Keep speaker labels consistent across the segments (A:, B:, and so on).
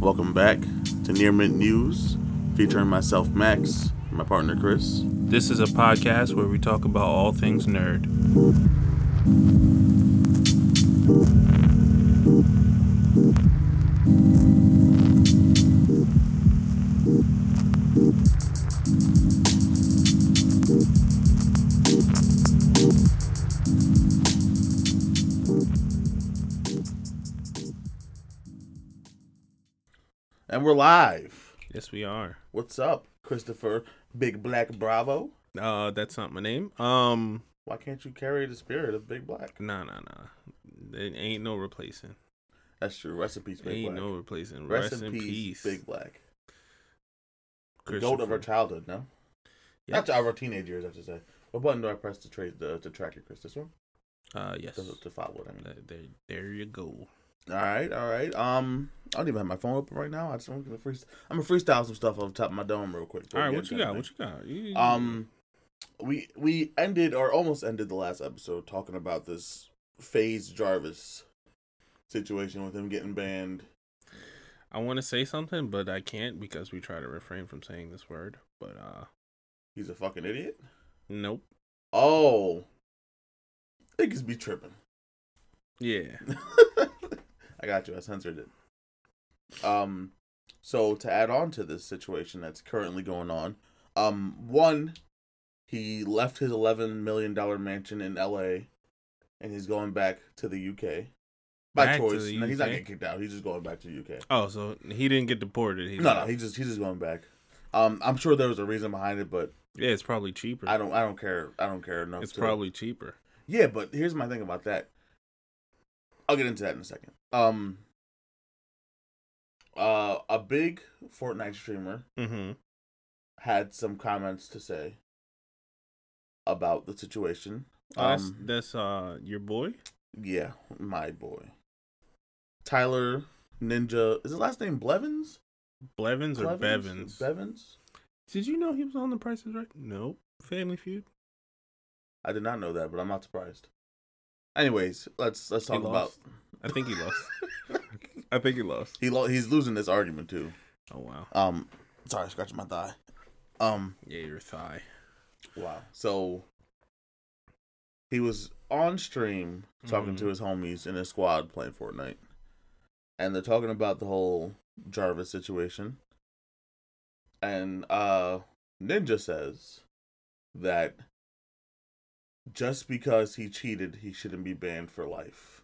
A: Welcome back to Near Mint News, featuring myself, Max, and my partner, Chris.
B: This is a podcast where we talk about all things nerd.
A: And we're live.
B: Yes, we are.
A: What's up, Christopher Big Black Bravo?
B: Uh, that's not my name. Um,
A: Why can't you carry the spirit of Big Black?
B: nah, nah, nah. There ain't no replacing.
A: That's true. Recipes,
B: There
A: Big
B: ain't
A: Black.
B: no replacing.
A: Rest,
B: Rest, in peace,
A: Big Black. The goat of
B: Christopher.
A: our childhood, no?
B: Yeah.
A: Not our teenage years, I should say. What button do I press to trade the to track it, Chris? This one?
B: Uh, yes.
A: To, to follow it, I mean.
B: There, there- there you go.
A: All right, all right. Um, I don't even have my phone open right now. I just want to free. I'm gonna freestyle some stuff off the top of my dome real quick.
B: All right, what you got? What you got? You-
A: Um, we we ended or almost ended the last episode talking about this phase Jarvis situation with him getting banned.
B: I want to say something, but I can't because we try to refrain from saying this word. But uh,
A: He's a fucking idiot.
B: nope.
A: Oh, niggas be tripping.
B: Yeah.
A: I got you. I censored it. Um, so to add on to this situation that's currently going on, um, one, he left his eleven million dollar mansion in L.A. and he's going back to the U.K. by
B: Back to
A: choice.
B: the
A: No, he's not
B: UK?
A: getting kicked out. He's just going back to the U.K.
B: Oh, so he didn't get deported. He
A: No, no,
B: left.
A: he just he's just going back. Um, I'm sure there was a reason behind it, but
B: yeah, it's probably cheaper.
A: I don't I don't care. I don't care enough.
B: it's
A: to-
B: probably cheaper.
A: Yeah, but here's my thing about that. I'll get into that in a second. Um uh a big Fortnite streamer
B: Mm-hmm.
A: had some comments to say about the situation.
B: Oh, that's
A: Um,
B: that's uh your boy.
A: Yeah, my boy. Tyler Ninja is his last name Blevins?
B: Blevins or
A: Blevins?
B: Bevins?
A: Bevins?
B: Did you know he was on The Price is Right? Nope. Family Feud.
A: I did not know that, but I'm not surprised. Anyways, let's let's
B: He
A: talk about
B: lost. I think he lost. I think he lost.
A: he lo- he's losing this argument too.
B: Oh wow.
A: Um sorry, scratching my thigh. Um
B: Yeah, your thigh.
A: Wow. So he was on stream talking
B: Mhm.
A: to his homies in his squad playing Fortnite. And they're talking about the whole Jarvis situation. And uh Ninja says that just because he cheated, he shouldn't be banned for life.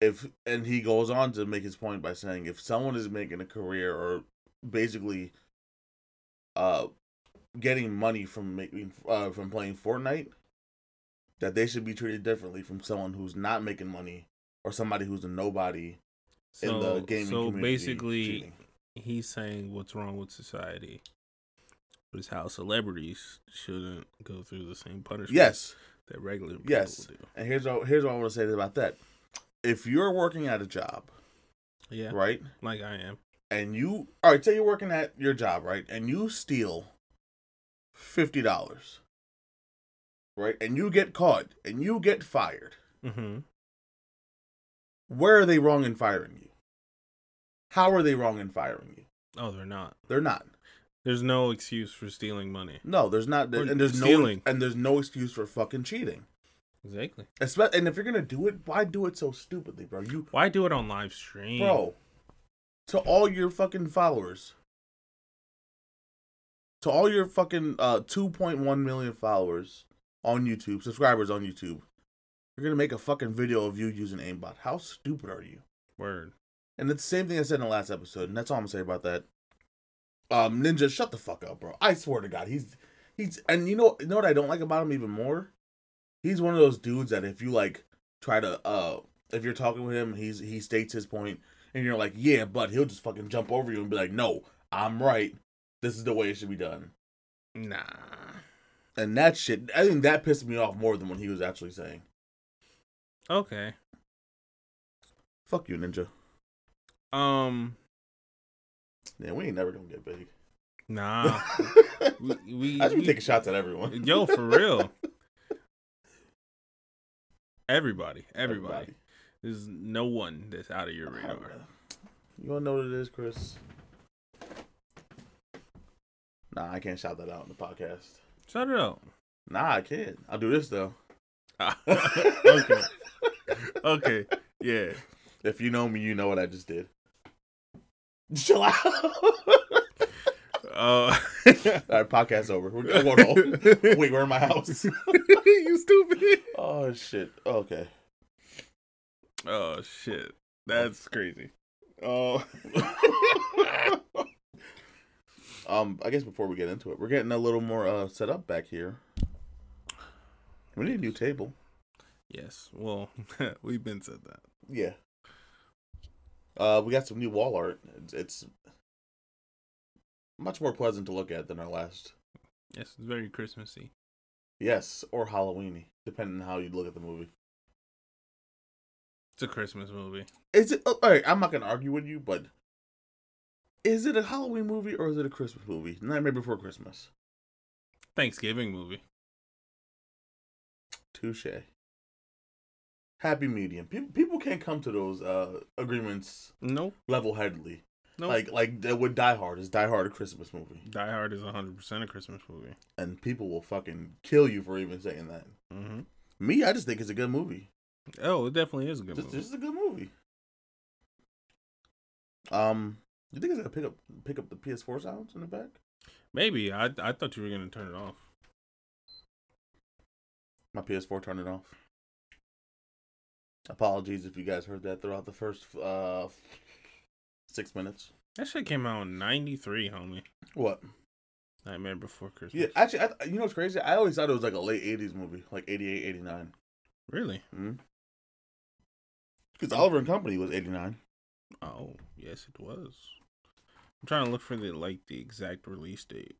A: If and he goes on to make his point by saying if someone is making a career or basically uh getting money from making uh, from playing Fortnite, that they should be treated differently from someone who's not making money or somebody who's a nobody
B: So,
A: in the gaming
B: so
A: community.
B: basically,
A: cheating.
B: he's saying what's wrong with society is how celebrities shouldn't go through the same punishment
A: yes.
B: that regular people
A: Yes.
B: do.
A: And here's what here's what I want to say about that. If you're working at a job,
B: Yeah,
A: right,
B: like I am.
A: and you all right, say you're working at your job, right, and you steal fifty dollars, right, and you get caught and you get fired.
B: Mm-hmm.
A: Where are they wrong in firing you? How are they wrong in firing you?
B: Oh, they're not.
A: They're not.
B: There's no excuse for stealing money.
A: No, there's not.
B: Or
A: and there's
B: stealing.
A: no. And there's no excuse for fucking cheating.
B: Exactly.
A: Espe- and if you're gonna do it, why do it so stupidly, bro? You,
B: Why do it on live stream,
A: bro, to all your fucking followers, to all your fucking uh 2.1 million followers on YouTube, subscribers on YouTube, you're gonna make a fucking video of you using aimbot. How stupid are you?
B: Word.
A: And it's the same thing I said in the last episode, and that's all I'm gonna say about that. Um, Ninja, shut the fuck up, bro. I swear to God, he's he's and you know you know what I don't like about him even more? He's one of those dudes that if you like try to uh if you're talking with him, he's he states his point and you're like, Yeah, but he'll just fucking jump over you and be like, No, I'm right. This is the way it should be done.
B: Nah.
A: And that shit I think that pissed me off more than what he was actually saying.
B: Okay.
A: Fuck you, Ninja.
B: Um.
A: Yeah, we ain't never gonna get big.
B: Nah. we, we,
A: I just be
B: we-
A: taking shots at everyone.
B: Uh, Yo, for real. Everybody, everybody. There's no one that's out of your radar.
A: You wanna know what it is, Chris? Nah, I can't shout that out in the podcast.
B: Shut it out.
A: Nah, I can't. I'll do this though.
B: okay. Okay. Yeah.
A: If you know me, you know what I just did. Chill out.
B: Uh,
A: All right, podcast over. We're going home. Wait, we're in my house.
B: you stupid.
A: Oh shit. Okay.
B: Oh shit. That's crazy. Oh.
A: um, I guess before we get into it, we're getting a little more uh set up back here. We need a new table.
B: yes. Well, we've been said that.
A: Yeah. Uh, we got some new wall art. It's, it's much more pleasant to look at than our last.
B: Yes, it's very Christmassy.
A: Yes, or Halloweeny, depending on how you look at the movie.
B: It's a Christmas movie.
A: Is it all right? I'm not gonna argue with you, but is it a Halloween movie or is it a Christmas movie? Nightmare Before Christmas.
B: Thanksgiving movie.
A: Touche. Happy medium. People people can't come to those uh agreements
B: Nope.
A: level headedly.
B: Nope.
A: Like like that with Die Hard is Die Hard a Christmas movie,
B: Die Hard is 100% a Christmas movie.
A: and people will fucking kill you for even saying that.
B: Mm-hmm.
A: Me, I just think it's a good movie.
B: Oh, it definitely is a good
A: Just,
B: movie.
A: just a good movie. Um, you think it's gonna pick up pick up the PS4 sounds in the back?
B: Maybe. I I thought you were going to turn it off.
A: My PS4 turned it off. Apologies if you guys heard that throughout the first uh six minutes.
B: That shit came out in 93, homie.
A: What?
B: Nightmare Before Christmas.
A: Yeah, actually, I th- you know what's crazy? I always thought it was like a late '80s movie, like '88, '89.
B: Really?
A: Because Oliver and Company was '89.
B: Oh, yes, it was. I'm trying to look for the like the exact release date.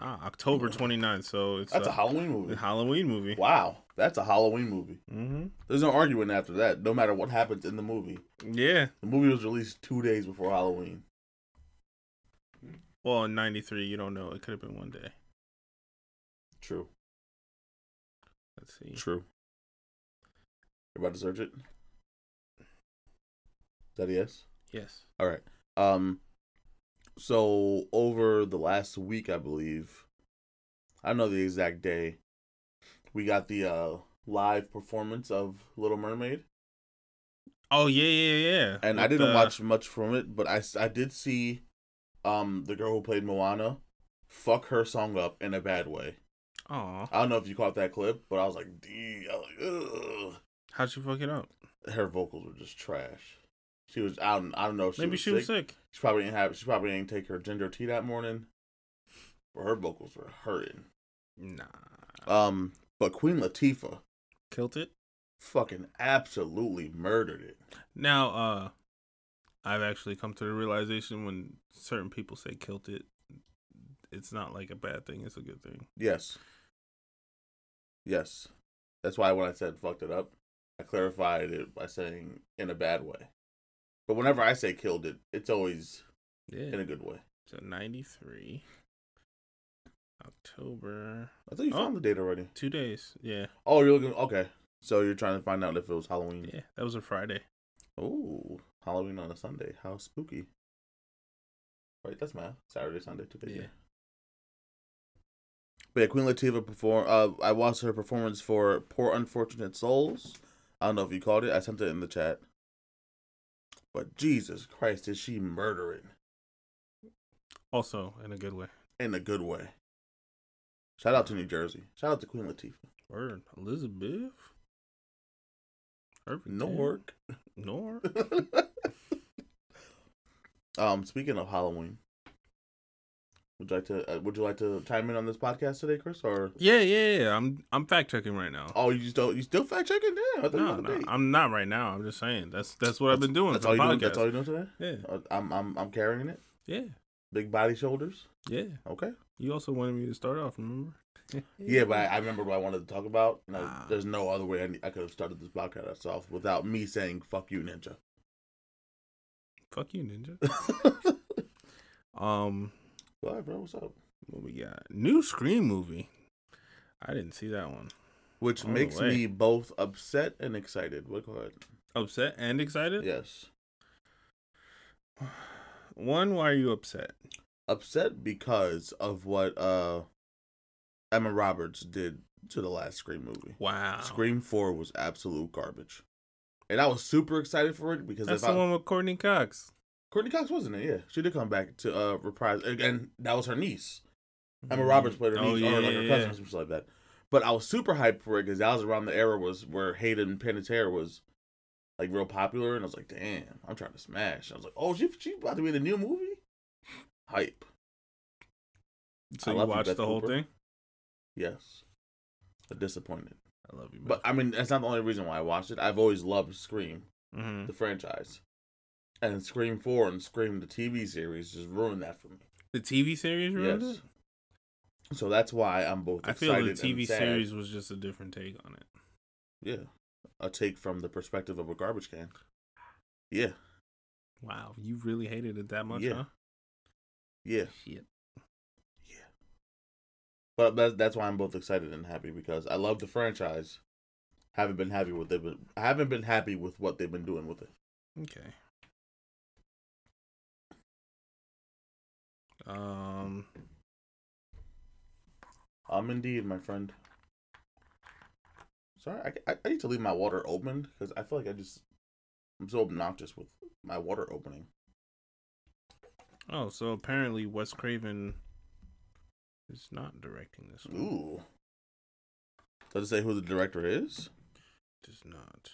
B: Ah, October 29th. So it's
A: That's a
B: uh,
A: Halloween
B: the
A: movie.
B: Halloween movie.
A: Wow, that's a Halloween movie.
B: hmm
A: There's no arguing after that. No matter what happens in the movie,
B: Yeah.
A: the movie was released two days before Halloween.
B: Well, in '93, you don't know. It could have been one day.
A: True.
B: Let's see.
A: True. You about to search it? Is that a yes?
B: Yes.
A: All right. Um so over the last week, I believe I don't know the exact day. We got the uh live performance of Little Mermaid.
B: Oh yeah, yeah, yeah.
A: And I
B: With,
A: didn't
B: uh,
A: watch much from it, but I, s- I did see um the girl who played Moana fuck her song up in a bad way.
B: Aw,
A: I don't know if you caught that clip, but I was like, D I was like,
B: how'd she fuck it up?
A: Ugh. her vocals were just trash. She was I don't I don't know if she
B: Maybe
A: was
B: she
A: sick.
B: was sick.
A: She probably didn't have. She probably didn't take her ginger tea that morning. But her vocals were hurting.
B: Nah.
A: Um, but Queen Latifah
B: Killed it.
A: fucking absolutely murdered it.
B: Now, uh, I've actually come to the realization when certain people say "killed it," it's not like a bad thing; it's a good thing.
A: Yes. Yes. That's why when I said fucked it up, I clarified it by saying in a bad way. But whenever I say killed it, it's always in
B: Yeah.
A: a good way.
B: So '93, October,
A: I thought you found the
B: Oh.
A: date already.
B: two days. Yeah,
A: Oh, you're looking. Okay. So you're trying to find out if it was Halloween.
B: yeah. That was a Friday.
A: Oh, Halloween on a Sunday. How spooky. Wait, that's math. Saturday, Sunday, two days.
B: Yeah.
A: Yeah. But yeah, Queen Latifah perform. Uh, I watched her performance for "Poor Unfortunate Souls." I don't know if you called it. I sent it in the chat. But Jesus Christ, did she murder it
B: Also, in a good way.
A: in a good way? Shout out to New Jersey. Shout out to Queen Latifah.
B: Word, Elizabeth. Irving
A: No
B: Tan.
A: work.
B: Nor.
A: um, speaking of Halloween, would you like to uh, would you like to chime in on this podcast today, Chris? Or
B: Yeah, yeah, yeah. I'm I'm fact checking right now.
A: Oh, you still you still fact checking? Yeah, I thought you
B: No,
A: were
B: no,
A: late.
B: I'm not right now. I'm just saying that's that's what I've been doing
A: That's
B: for
A: all
B: the
A: you doing.
B: podcast.
A: That's all you doing today.
B: Yeah,
A: Uh, I'm I'm I'm carrying it.
B: yeah,
A: Big body, shoulders.
B: yeah.
A: Okay.
B: You also wanted me to start off, remember?
A: Yeah, but I, I remember what I wanted to talk about. And I-
B: Ah.
A: there's no other way I, ne- I could have started this podcast off without me saying "fuck you, ninja."
B: fuck you, Ninja. Um,
A: All right, bro. What's up?
B: what we got? New Scream movie. I didn't see that one.
A: Which
B: All the
A: makes
B: way.
A: me both upset and excited. What? Go ahead.
B: Upset and excited.
A: Yes.
B: One, why are you upset?
A: Upset because of what uh Emma Roberts did to the last Scream movie.
B: Wow.
A: Scream Four was absolute garbage, and I was super excited for it because
B: That's
A: if I,
B: the one with Courtney Cox.
A: Courtney Cox wasn't it? Yeah, she did come back to uh reprise, and that was her niece.
B: Mm-hmm.
A: Emma Roberts played her
B: Oh,
A: niece or like her cousin or something like that. But I was super hyped for it because that was around the era was where Hayden Panettiere was like real popular, and I was like, damn, I'm trying to smash. I was like, oh, she she about to be in a new movie. Hype,
B: So
A: I
B: you
A: love you,
B: watched
A: Beth
B: the whole
A: Cooper.
B: thing?
A: yes, but disappointed.
B: I love you,
A: But I mean, that's not the only reason why I watched it. I've always loved Scream.
B: mm-hmm.
A: the franchise. And Scream 4 and Scream the TV series just ruined that for me.
B: the TV series ruined
A: Yes.
B: it.
A: So that's why I'm both
B: I
A: excited
B: feel the
A: and
B: TV
A: sad.
B: series was just a different take on it.
A: Yeah. A take from the perspective of a garbage can. Yeah.
B: Wow, you really hated it that much,
A: Yeah.
B: huh?
A: Yeah.
B: Shit.
A: But that's, that's why I'm both excited and happy because I love the franchise. Haven't been happy with it, but I haven't been happy with what they've been doing with it.
B: Okay. Um,
A: Um, indeed, my friend. Sorry, I, I, I need to leave my water open because I feel like I just I'm so obnoxious with my water opening.
B: Oh, so apparently Wes Craven is not directing this one.
A: Ooh. Does it say who the director is?
B: Does not.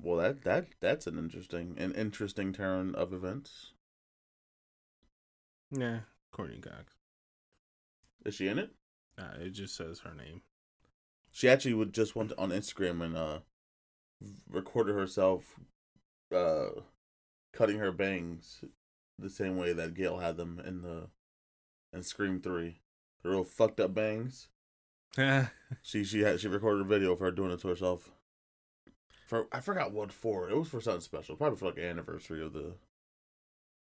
A: Well, that that that's an interesting an interesting turn of events.
B: Nah, Courtney Cox.
A: Is she in it?
B: Nah, it just says her name.
A: She actually would just went on Instagram and uh recorded herself uh cutting her bangs the same way that Gail had them in the in Scream Three. The real fucked up bangs. She she had she recorded a video of her doing it to herself. For I forgot what for. It was for something special, probably for like an anniversary of the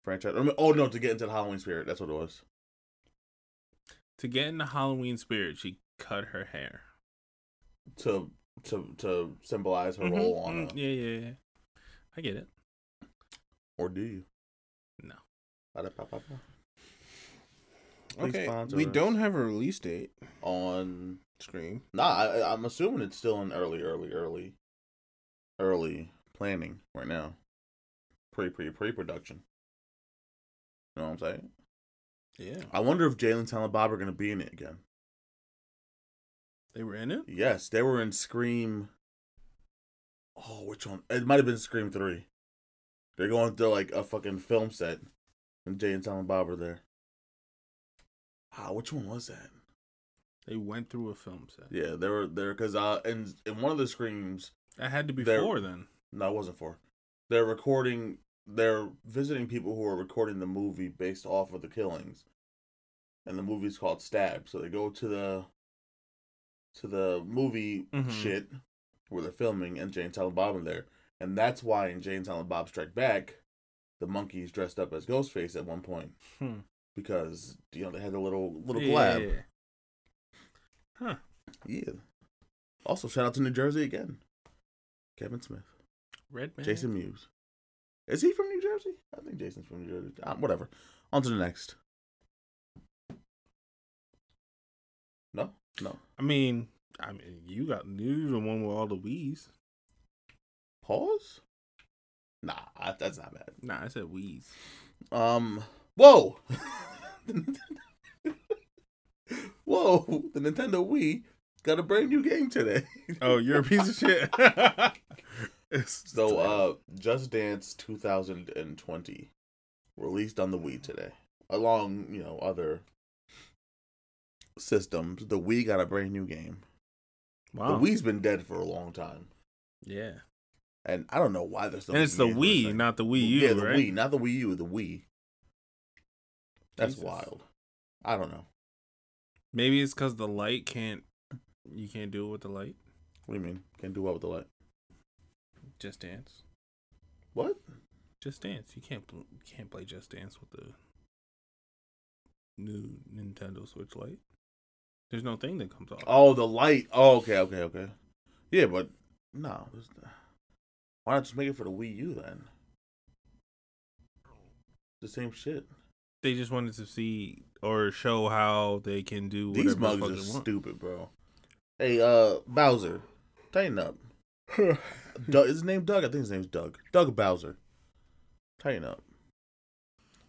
A: franchise. I mean, oh no, to get into the Halloween spirit. That's what it was.
B: to get in the Halloween spirit, she cut her hair.
A: To to to symbolize her role
B: Mhm,
A: on a,
B: mhm, Yeah, yeah, yeah. I get it.
A: or do you?
B: No.
A: Ba-da-ba-ba-ba. Please
B: Okay,
A: sponsor
B: we
A: us.
B: don't have a release date.
A: On
B: Scream.
A: nah, I, I- I'm assuming it's still in early, early, early, early planning right now. Pre pre pre production. You know what I'm saying?
B: Yeah,
A: I wonder if Jalen Silent Bob are gonna be in it again.
B: they were in it.
A: Yes, they were in Scream. Oh, which one? It might have been Scream Three. They're going to like a fucking film set, and Jay and Silent Bob are there. Ah, which one was that?
B: They went through a film set.
A: Yeah, they were there because uh, in in one of the screams,
B: That had to be
A: They're-
B: four then.
A: no, it wasn't for. They're recording. They're visiting people who are recording the movie based off of the killings, and the movie's called Stab. So they go to the to the movie
B: Mhm.
A: shit where they're filming, and Jane Silent Bob in there, and that's why in Jane Silent Bob Strike Back, the monkeys dressed up as Ghostface at one point
B: Hmm.
A: because you know they had the little little
B: Yeah,
A: collab.
B: yeah, yeah. Huh.
A: Yeah. Also, shout out to New Jersey again. Kevin Smith,
B: Redman.
A: Jason Mewes. Is he from New Jersey? I think Jason's from New Jersey. Ah, whatever. On to the next. No, no.
B: I mean, I mean, you got you the one with all the wees.
A: Pause. Nah, I- that's not bad.
B: Nah, I said wees.
A: Um. Whoa. whoa. The Nintendo Wii got a brand new game today.
B: Oh, you're a piece of shit. It's-
A: So, uh, Just Dance 2020 released on the Wii today, along you know other systems. The Wii got a brand new game.
B: wow.
A: The Wii's been dead for a long time,
B: yeah,
A: and I don't know why they're still.
B: and it's the
A: making games for
B: Wii,
A: this
B: not the Wii
A: thing.
B: U,
A: yeah, the
B: right?
A: Wii, not the Wii U, the Wii. That's
B: Jesus.
A: wild. I don't know.
B: Maybe it's because the light can't. You can't do it with the light.
A: What do you mean? Can't do well with the light.
B: Just dance.
A: What?
B: Just dance. You can't. pl- You can't play Just Dance with the new Nintendo Switch light. There's no thing that comes off.
A: Oh, the light. Oh, okay, okay, okay. Yeah, but no. there's- Why not just make it for the Wii U then? The same shit.
B: They just wanted to see or show how they can do whatever
A: These
B: the
A: mugs
B: fuck
A: are
B: they want.
A: stupid, bro. Hey, uh, Bowser, tighten up. Doug, is his name Doug? I think his name's Doug. Doug Bowser. Tighten up.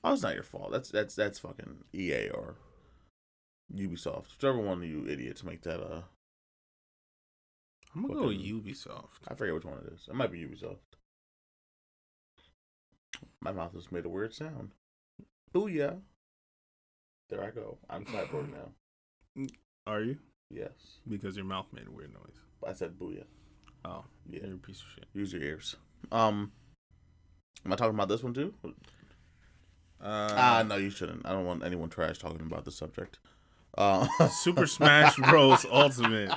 A: Oh, it's not your fault. That's that's that's fucking EA or Ubisoft. Whichever one of you idiots make that. Uh,
B: I'm gonna go with Ubisoft.
A: I forget which one it is. It might be Ubisoft. My mouth just made a weird sound. Booyah! There I go. I'm cyborg now.
B: Are you?
A: Yes,
B: Because your mouth made a weird noise.
A: I said booyah.
B: Oh,
A: Yeah.
B: you're a piece of shit.
A: Use your ears. Um, am I talking about this one too? Ah,
B: Uh,
A: no, you shouldn't. I don't want anyone trash talking about the subject. Uh,
B: Super Smash Bros. Ultimate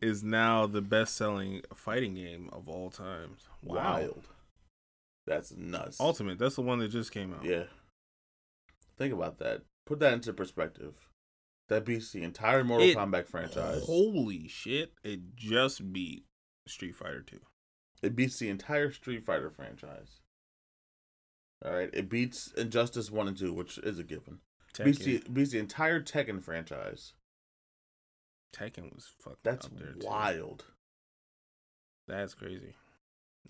B: is now the best-selling fighting game of all times. Wow.
A: wild. That's nuts.
B: Ultimate. That's the one that just came out.
A: yeah. Think about that. Put that into perspective. That beats the entire Mortal
B: It-
A: Kombat franchise.
B: Holy shit! It just beat Street Fighter Two.
A: It beats the entire Street Fighter franchise. All right, it beats Injustice One and Two, which is a given. Beats the,
B: Tekken,
A: beats the entire Tekken franchise.
B: Tekken was fucking
A: That's
B: up there too.
A: wild.
B: That's crazy.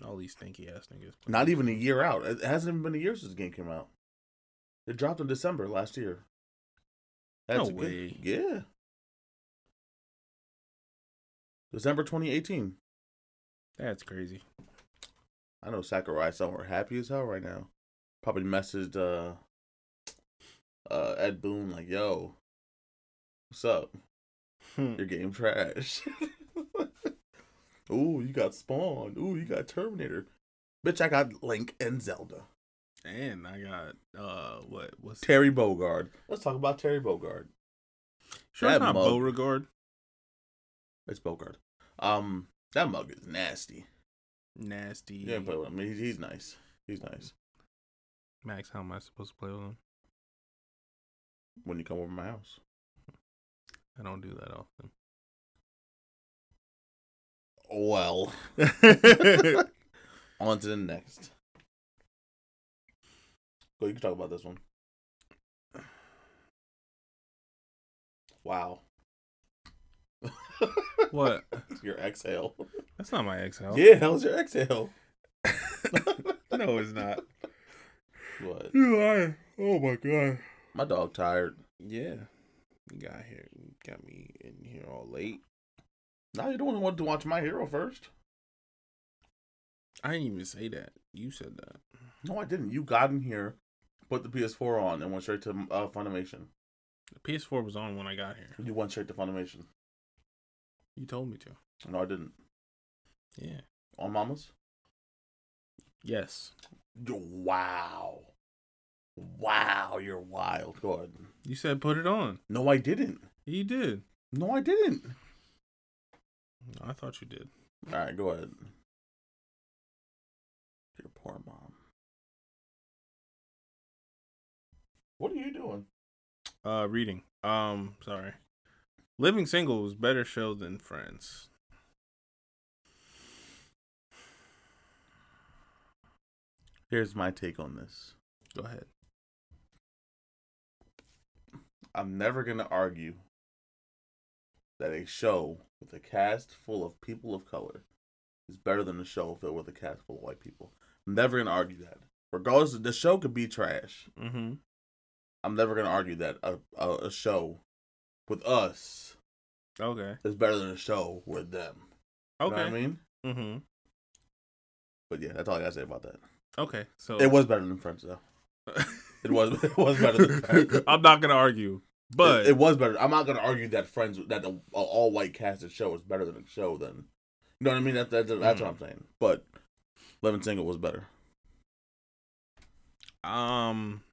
B: All these stinky ass niggas. play
A: Not
B: this
A: even a
B: game.
A: year out. It hasn't even been a year since the game came out. It dropped in December last year.
B: No
A: a good-
B: way.
A: yeah. December 2018.
B: That's crazy.
A: I know Sakurai somewhere happy as hell right now. Probably messaged uh uh Ed Boon like, yo, what's up?
B: Hmm.
A: Your game trash. Ooh, you got Spawn. Ooh, you got Terminator. Bitch, I got Link and Zelda.
B: and I got uh what was
A: Terry Bogard. Let's talk about Terry Bogard.
B: sure it's
A: that
B: not
A: mug.
B: Beauregard.
A: It's Bogard. Um, that mug is nasty.
B: Nasty.
A: You didn't play with him. He's, he's nice. He's nice.
B: Max, how am I supposed to play with him?
A: When you come over my house,
B: I don't do that often.
A: well, on to the next. Go. You can talk about this one. Wow.
B: what?
A: Your exhale.
B: That's not my exhale.
A: Yeah, that was your exhale.
B: No, it's not.
A: What?
B: You lying. Oh my god.
A: My dog tired.
B: Yeah. You got here you got me in here all late.
A: Now you don't want to watch My Hero first.
B: I didn't even say that. You said that.
A: No, I didn't. You got in here, put the PS4 on, and went straight to uh, Funimation.
B: The PS4 was on when I got here.
A: You went straight to Funimation.
B: You told me to.
A: No, I didn't.
B: Yeah.
A: On Mama's?
B: Yes.
A: Wow. Wow, you're wild. Go ahead.
B: You said put it on.
A: No, I didn't.
B: You did.
A: No, I didn't.
B: I thought you did.
A: All right, go ahead. Your poor mom. What are you doing?
B: Uh, reading. Um, sorry. Living Single was better show than Friends.
A: Here's my take on this.
B: Go ahead.
A: I'm never going to argue that a show with a cast full of people of color is better than a show filled with a cast full of white people. I'm never going to argue that. Regardless, the show could be trash.
B: Mm-hmm.
A: I'm never going to argue that a, a, a show with us
B: Okay.
A: is better than a show with them. You
B: Okay.
A: know what I mean?
B: Mm-hmm.
A: But yeah, that's all I got to say about that.
B: Okay. So
A: It was better than Friends, though. It was it was better than Friends. It-
B: I'm not gonna argue, but
A: it, was better. I'm not going to argue that Friends that the all white casted show is better than a show than you know what I mean. That, that, that's
B: Mm.
A: what I'm saying. But Lemon Single was better.
B: um,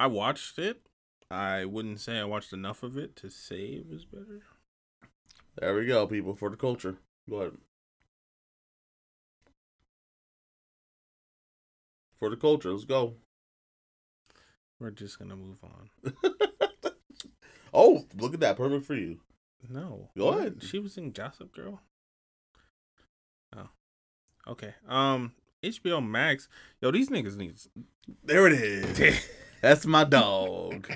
B: I watched it. I wouldn't say I watched enough of it to say it was better.
A: There we go, people for the culture. Go ahead. For the culture, let's go.
B: We're just gonna move on.
A: oh, look at that, perfect for you.
B: No.
A: Go ahead.
B: She was in Gossip Girl. Oh. Okay. Um. HBO Max. Yo, these niggas needs.
A: There it is. That's my dog.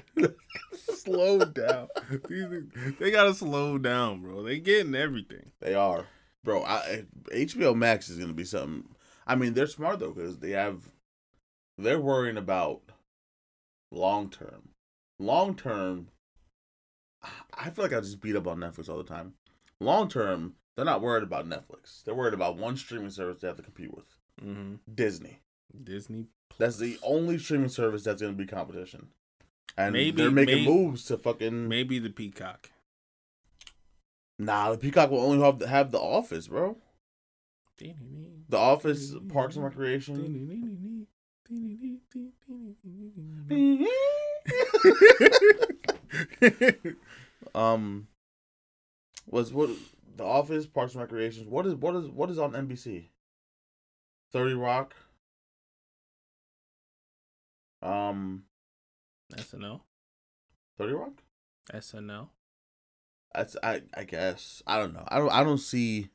B: slow down. These, niggas- they gotta slow down, bro. They getting everything.
A: They are, bro. I, eh, HBO Max is gonna be something. I mean, they're smart though because they have. They're worrying about long term. Long term, I- I feel like I just beat up on Netflix all the time. Long term, they're not worried about Netflix. They're worried about one streaming service they have to compete with
B: Mm-hmm.
A: Disney.
B: Disney.
A: That's the only streaming service that's going to be competition. And
B: Maybe-
A: they're making
B: may-
A: moves to fucking.
B: Maybe the Peacock.
A: Nah, the Peacock will only have, have The Office, bro. The Office, Parks and Recreation. um, was what The Office, Parks and Recreations. What is what is what is on NBC? Thirty Rock. Um,
B: SNL.
A: Thirty Rock.
B: SNL.
A: That's I I guess I don't know. I don't I don't see.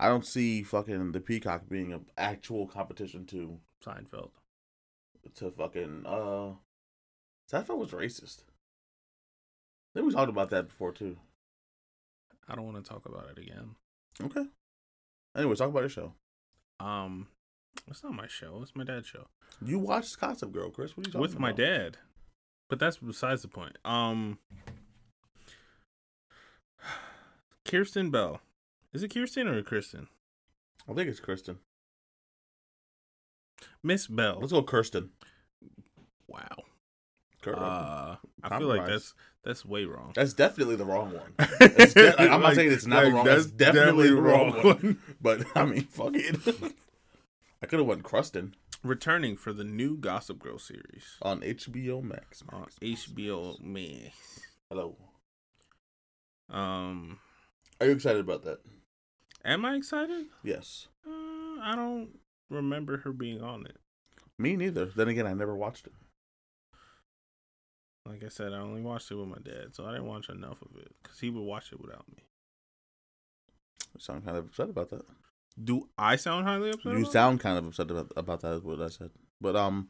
A: I don't see fucking the Peacock being an actual competition to
B: Seinfeld.
A: to fucking uh. Seinfeld was racist. I think we talked about that before too.
B: I don't want to talk about it again.
A: Okay. Anyway, talk about your show.
B: Um, it's not my show. It's my dad's show
A: You watched Gossip Girl, Chris. What are you talking
B: with
A: about?
B: my dad. But that's besides the point. Um, Kirsten Bell. Is it Kirsten or Kristen?
A: I think it's Kristen.
B: Miss Bell.
A: Oh, Let's go, Kirsten.
B: Wow.
A: Kir-
B: Uh, I feel like
A: Compromise.
B: that's that's way wrong.
A: that's definitely the wrong one. It's de- like, I'm not saying it's not the wrong. That's definitely, the wrong, one. But I mean, fuck it. I could have went Kristen
B: Returning for the new Gossip Girl series
A: on HBO Max.
B: on HBO Max.
A: Hello.
B: Um,
A: Are you excited about that?
B: am I excited?
A: Yes.
B: Uh, I don't remember her being on it.
A: Me neither. Then again, I never watched it.
B: Like I said, I only watched it with my dad, so I didn't watch enough of it because he would watch it without me.
A: You sound kind of upset about that.
B: Do I sound highly upset?
A: You
B: about it?
A: sound kind of upset about, about that. Is what I said. But um,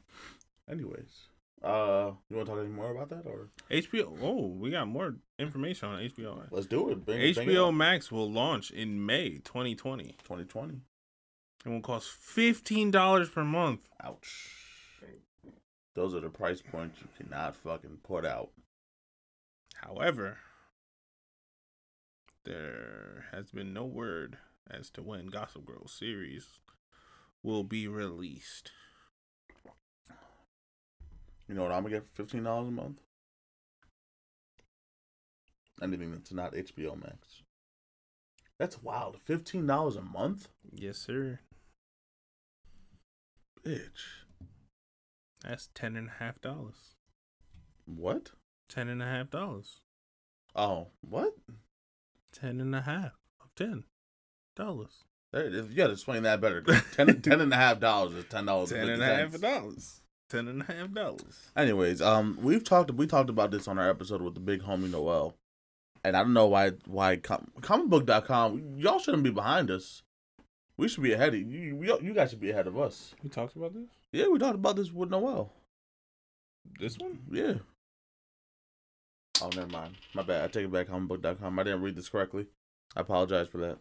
A: anyways, uh, you want to talk any more about that, or
B: HBO. Oh, we got more information on HBO.
A: let's do it? Bring, bring it
B: HBO
A: up.
B: Max will launch in May 2020
A: 2020.
B: and will cost fifteen dollars per month.
A: Ouch. Those are the price points you cannot fucking put out.
B: However, there has been no word as to when Gossip Girl series will be released.
A: You know what I'm gonna get for fifteen dollars a month? Anything that's not HBO Max. That's wild. Fifteen dollars a month,
B: Yes, sir.
A: bitch.
B: That's ten and a half dollars.
A: What?
B: Ten and a half dollars.
A: Oh, what?
B: Ten and a half of ten dollars.
A: There it is. You gotta explain that better. Ten, ten and a half dollars is ten dollars.
B: Ten and a half dollars. Ten and a half dollars.
A: Anyways, um, we've talked we talked about this on our episode with the big homie Noel, and I don't know why why com- comicbook.com y'all shouldn't be behind us. We should be ahead of you. You, you guys should be ahead of us.
B: We talked about this.
A: Yeah, we talked about this with Noel.
B: This one.
A: Yeah. Oh, never mind. My bad. I take it back. Comicbook.com. I didn't read this correctly. I apologize for that.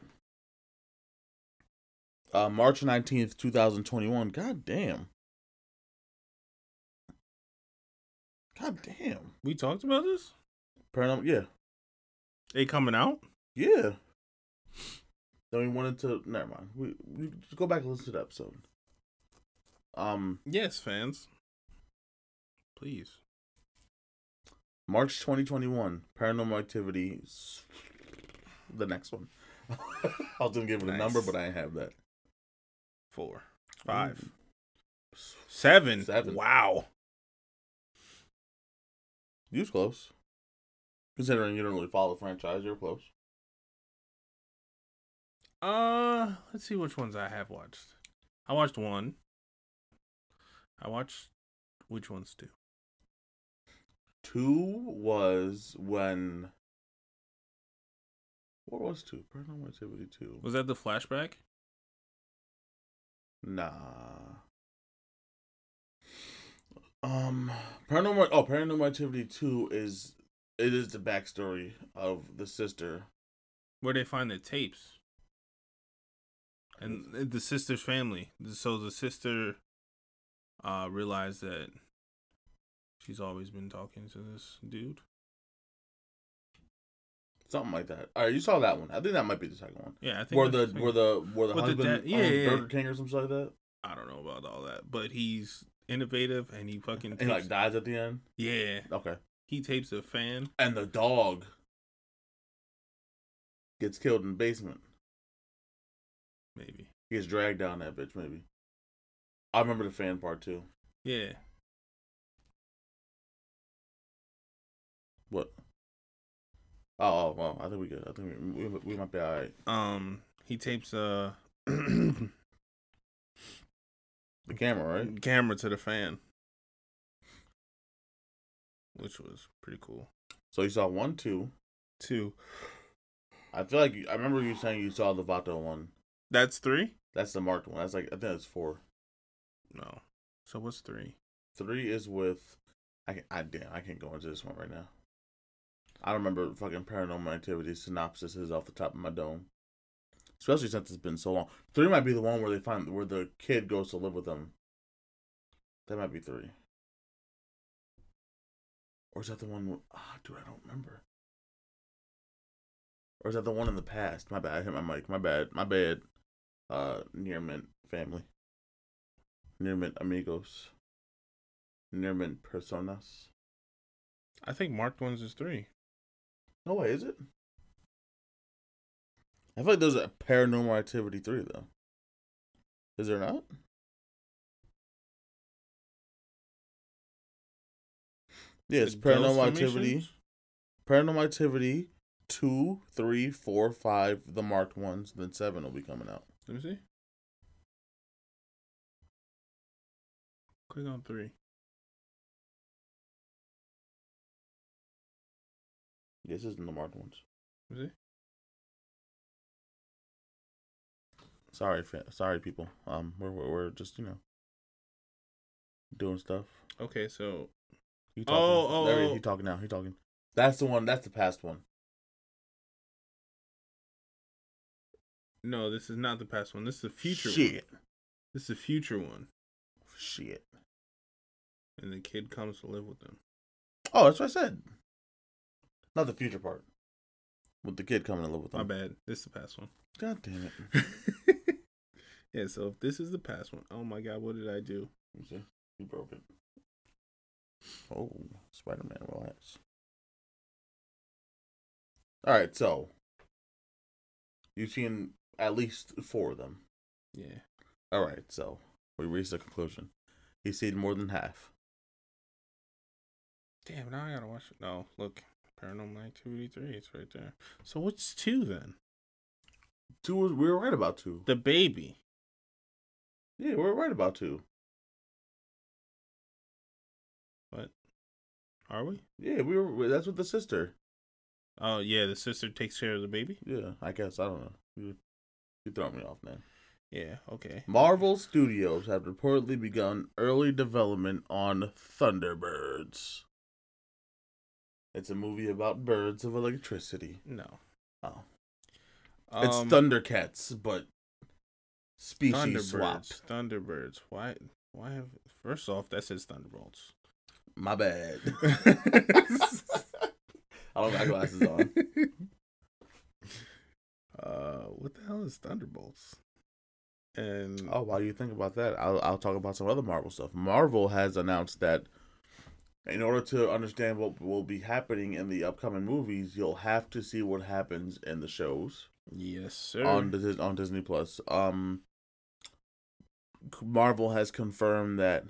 A: Uh, March nineteenth, two thousand twenty-one. God damn. God damn.
B: We talked about this.
A: Paranormal. Yeah.
B: It coming out.
A: Yeah. Then we wanted to. Never mind. We, we just go back and listen to the episode. Um,
B: Yes, fans. Please.
A: March 2021, Paranormal Activity. s- The next one. I was gonna give it a number,
B: Nice.
A: but I didn't have that.
B: Four. Five.
A: Mm.
B: Seven.
A: Seven.
B: Wow.
A: You was close. Considering you don't really follow the franchise, you're close.
B: Uh, let's see which ones I have watched. I watched one. I watched which ones two?
A: Two was when. What was two? Paranormal Activity two.
B: Was that the flashback?
A: Nah. Um, paranormal. Oh, Paranormal Activity Two is it is the backstory of the sister.
B: Where they find the tapes and
A: Mm.
B: the sister's family. So the sister uh realized that she's always been talking to this dude.
A: something like that. All right, you saw that one. I think that might be the second one.
B: Yeah, I think
A: Where the,
B: that's-
A: where the where the
B: With the
A: husband
B: dad- yeah,
A: owns
B: yeah, yeah.
A: Burger King or something like that,
B: I don't know about all that, but he's innovative and he fucking
A: and he like
B: tapes-
A: dies at the end.
B: yeah
A: Okay,
B: he tapes a fan.
A: and the dog gets killed in the basement.
B: Maybe.
A: He gets dragged down that bitch. Maybe I remember the fan part too.
B: Yeah.
A: What? Oh, oh well, I think we good. I think we we, we might be all right.
B: Um. He tapes a
A: The camera, right?
B: camera to the fan, which was pretty cool.
A: So you saw one, two.
B: Two.
A: I feel like you, I remember you saying you saw the Vato one.
B: That's three.
A: That's the marked one. That's like I think that's four.
B: No. So what's three?
A: Three is with I can I damn I can't go into this one right now. I don't remember fucking paranormal activity synopsis is off the top of my dome. Especially since it's been so long. Three might be the one where they find where the kid goes to live with them. That might be three. Or is that the one ah dude, I don't remember. Or is that the one in the past? My bad, I hit my mic. My bad. My bad. Uh near mint family. Near mint amigos. Nerman Personas.
B: I think marked ones is three.
A: No way, is it? I feel like there's a Paranormal Activity 3, though. Is there not? Yes,
B: The
A: Paranormal
B: Ghost
A: Activity.
B: Formations?
A: Paranormal Activity 2, 3, 4, 5, the marked ones, then 7 will be coming out.
B: Let me see. Click on three.
A: This isn't the marked ones.
B: Let me see.
A: Sorry, fa- sorry, people. Um, we're, we're, we're just, you know, doing stuff.
B: Okay, so
A: He
B: Oh,
A: talking.
B: oh,
A: there he-
B: oh.
A: he talking now. He talking. That's the one. That's the past one.
B: no, this is not the past one. This is the future one.
A: Shit.
B: This is the future one.
A: Shit.
B: And the kid comes to live with them.
A: Oh, that's what I said. Not the future part. With the kid coming to live with
B: My
A: them.
B: bad. This is the past one.
A: God damn it.
B: yeah, so if this is the past one, oh my god, what did I do?
A: You see? He broke it. Oh, Spider Man, relax. All right, so you've seen at least four of them.
B: Yeah.
A: All right, so we reached a conclusion. He's seen more than half.
B: Damn, now I gotta watch it. No, look. Paranormal Activity 3, it's right there. So what's 2 then?
A: Two. was- We were right about two.
B: The baby.
A: Yeah, we were right about two.
B: Are we?
A: Yeah, we were. That's with the sister.
B: Oh, yeah, the sister takes care of the baby?
A: Yeah, I guess I don't know. You you throwing me off now.
B: Yeah, okay.
A: Marvel Studios have reportedly begun early development on Thunderbirds. It's a movie about birds of electricity.
B: No.
A: Oh.
B: Um,
A: it's Thundercats, but species swapped.
B: Thunderbirds. Why? Why have? First off, that says Thunderbolts.
A: My bad. I don't got glasses on.
B: Uh, what the hell is Thunderbolts? And
A: Oh, while you think about that, I'll, I'll talk about some other Marvel stuff. Marvel has announced that in order to understand what will be happening in the upcoming movies, you'll have to see what happens in the shows
B: yes, sir.
A: on Dis- on Disney Plus. Um, Marvel has confirmed that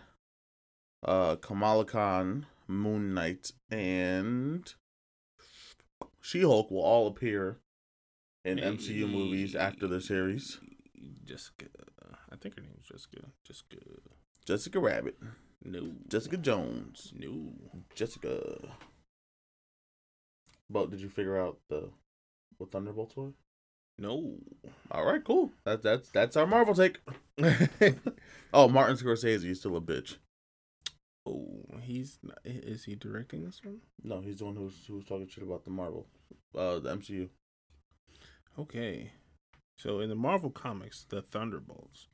A: uh, Kamala Khan, Moon Knight, and She Hulk will all appear in MCU movies after the series.
B: Jessica, I think her name's Jessica. Jessica,
A: Jessica Rabbit,
B: no,
A: Jessica Jones,
B: no.
A: Jessica. But did you figure out the what Thunderbolts were?
B: No,
A: All right, cool. That's that's that's our Marvel take. Oh, Martin Scorsese, he's still a bitch.
B: oh, he's not, is he directing this one?
A: No, he's the one who's who's talking shit about the Marvel, uh, the MCU.
B: Okay. So in the Marvel comics, the Thunderbolts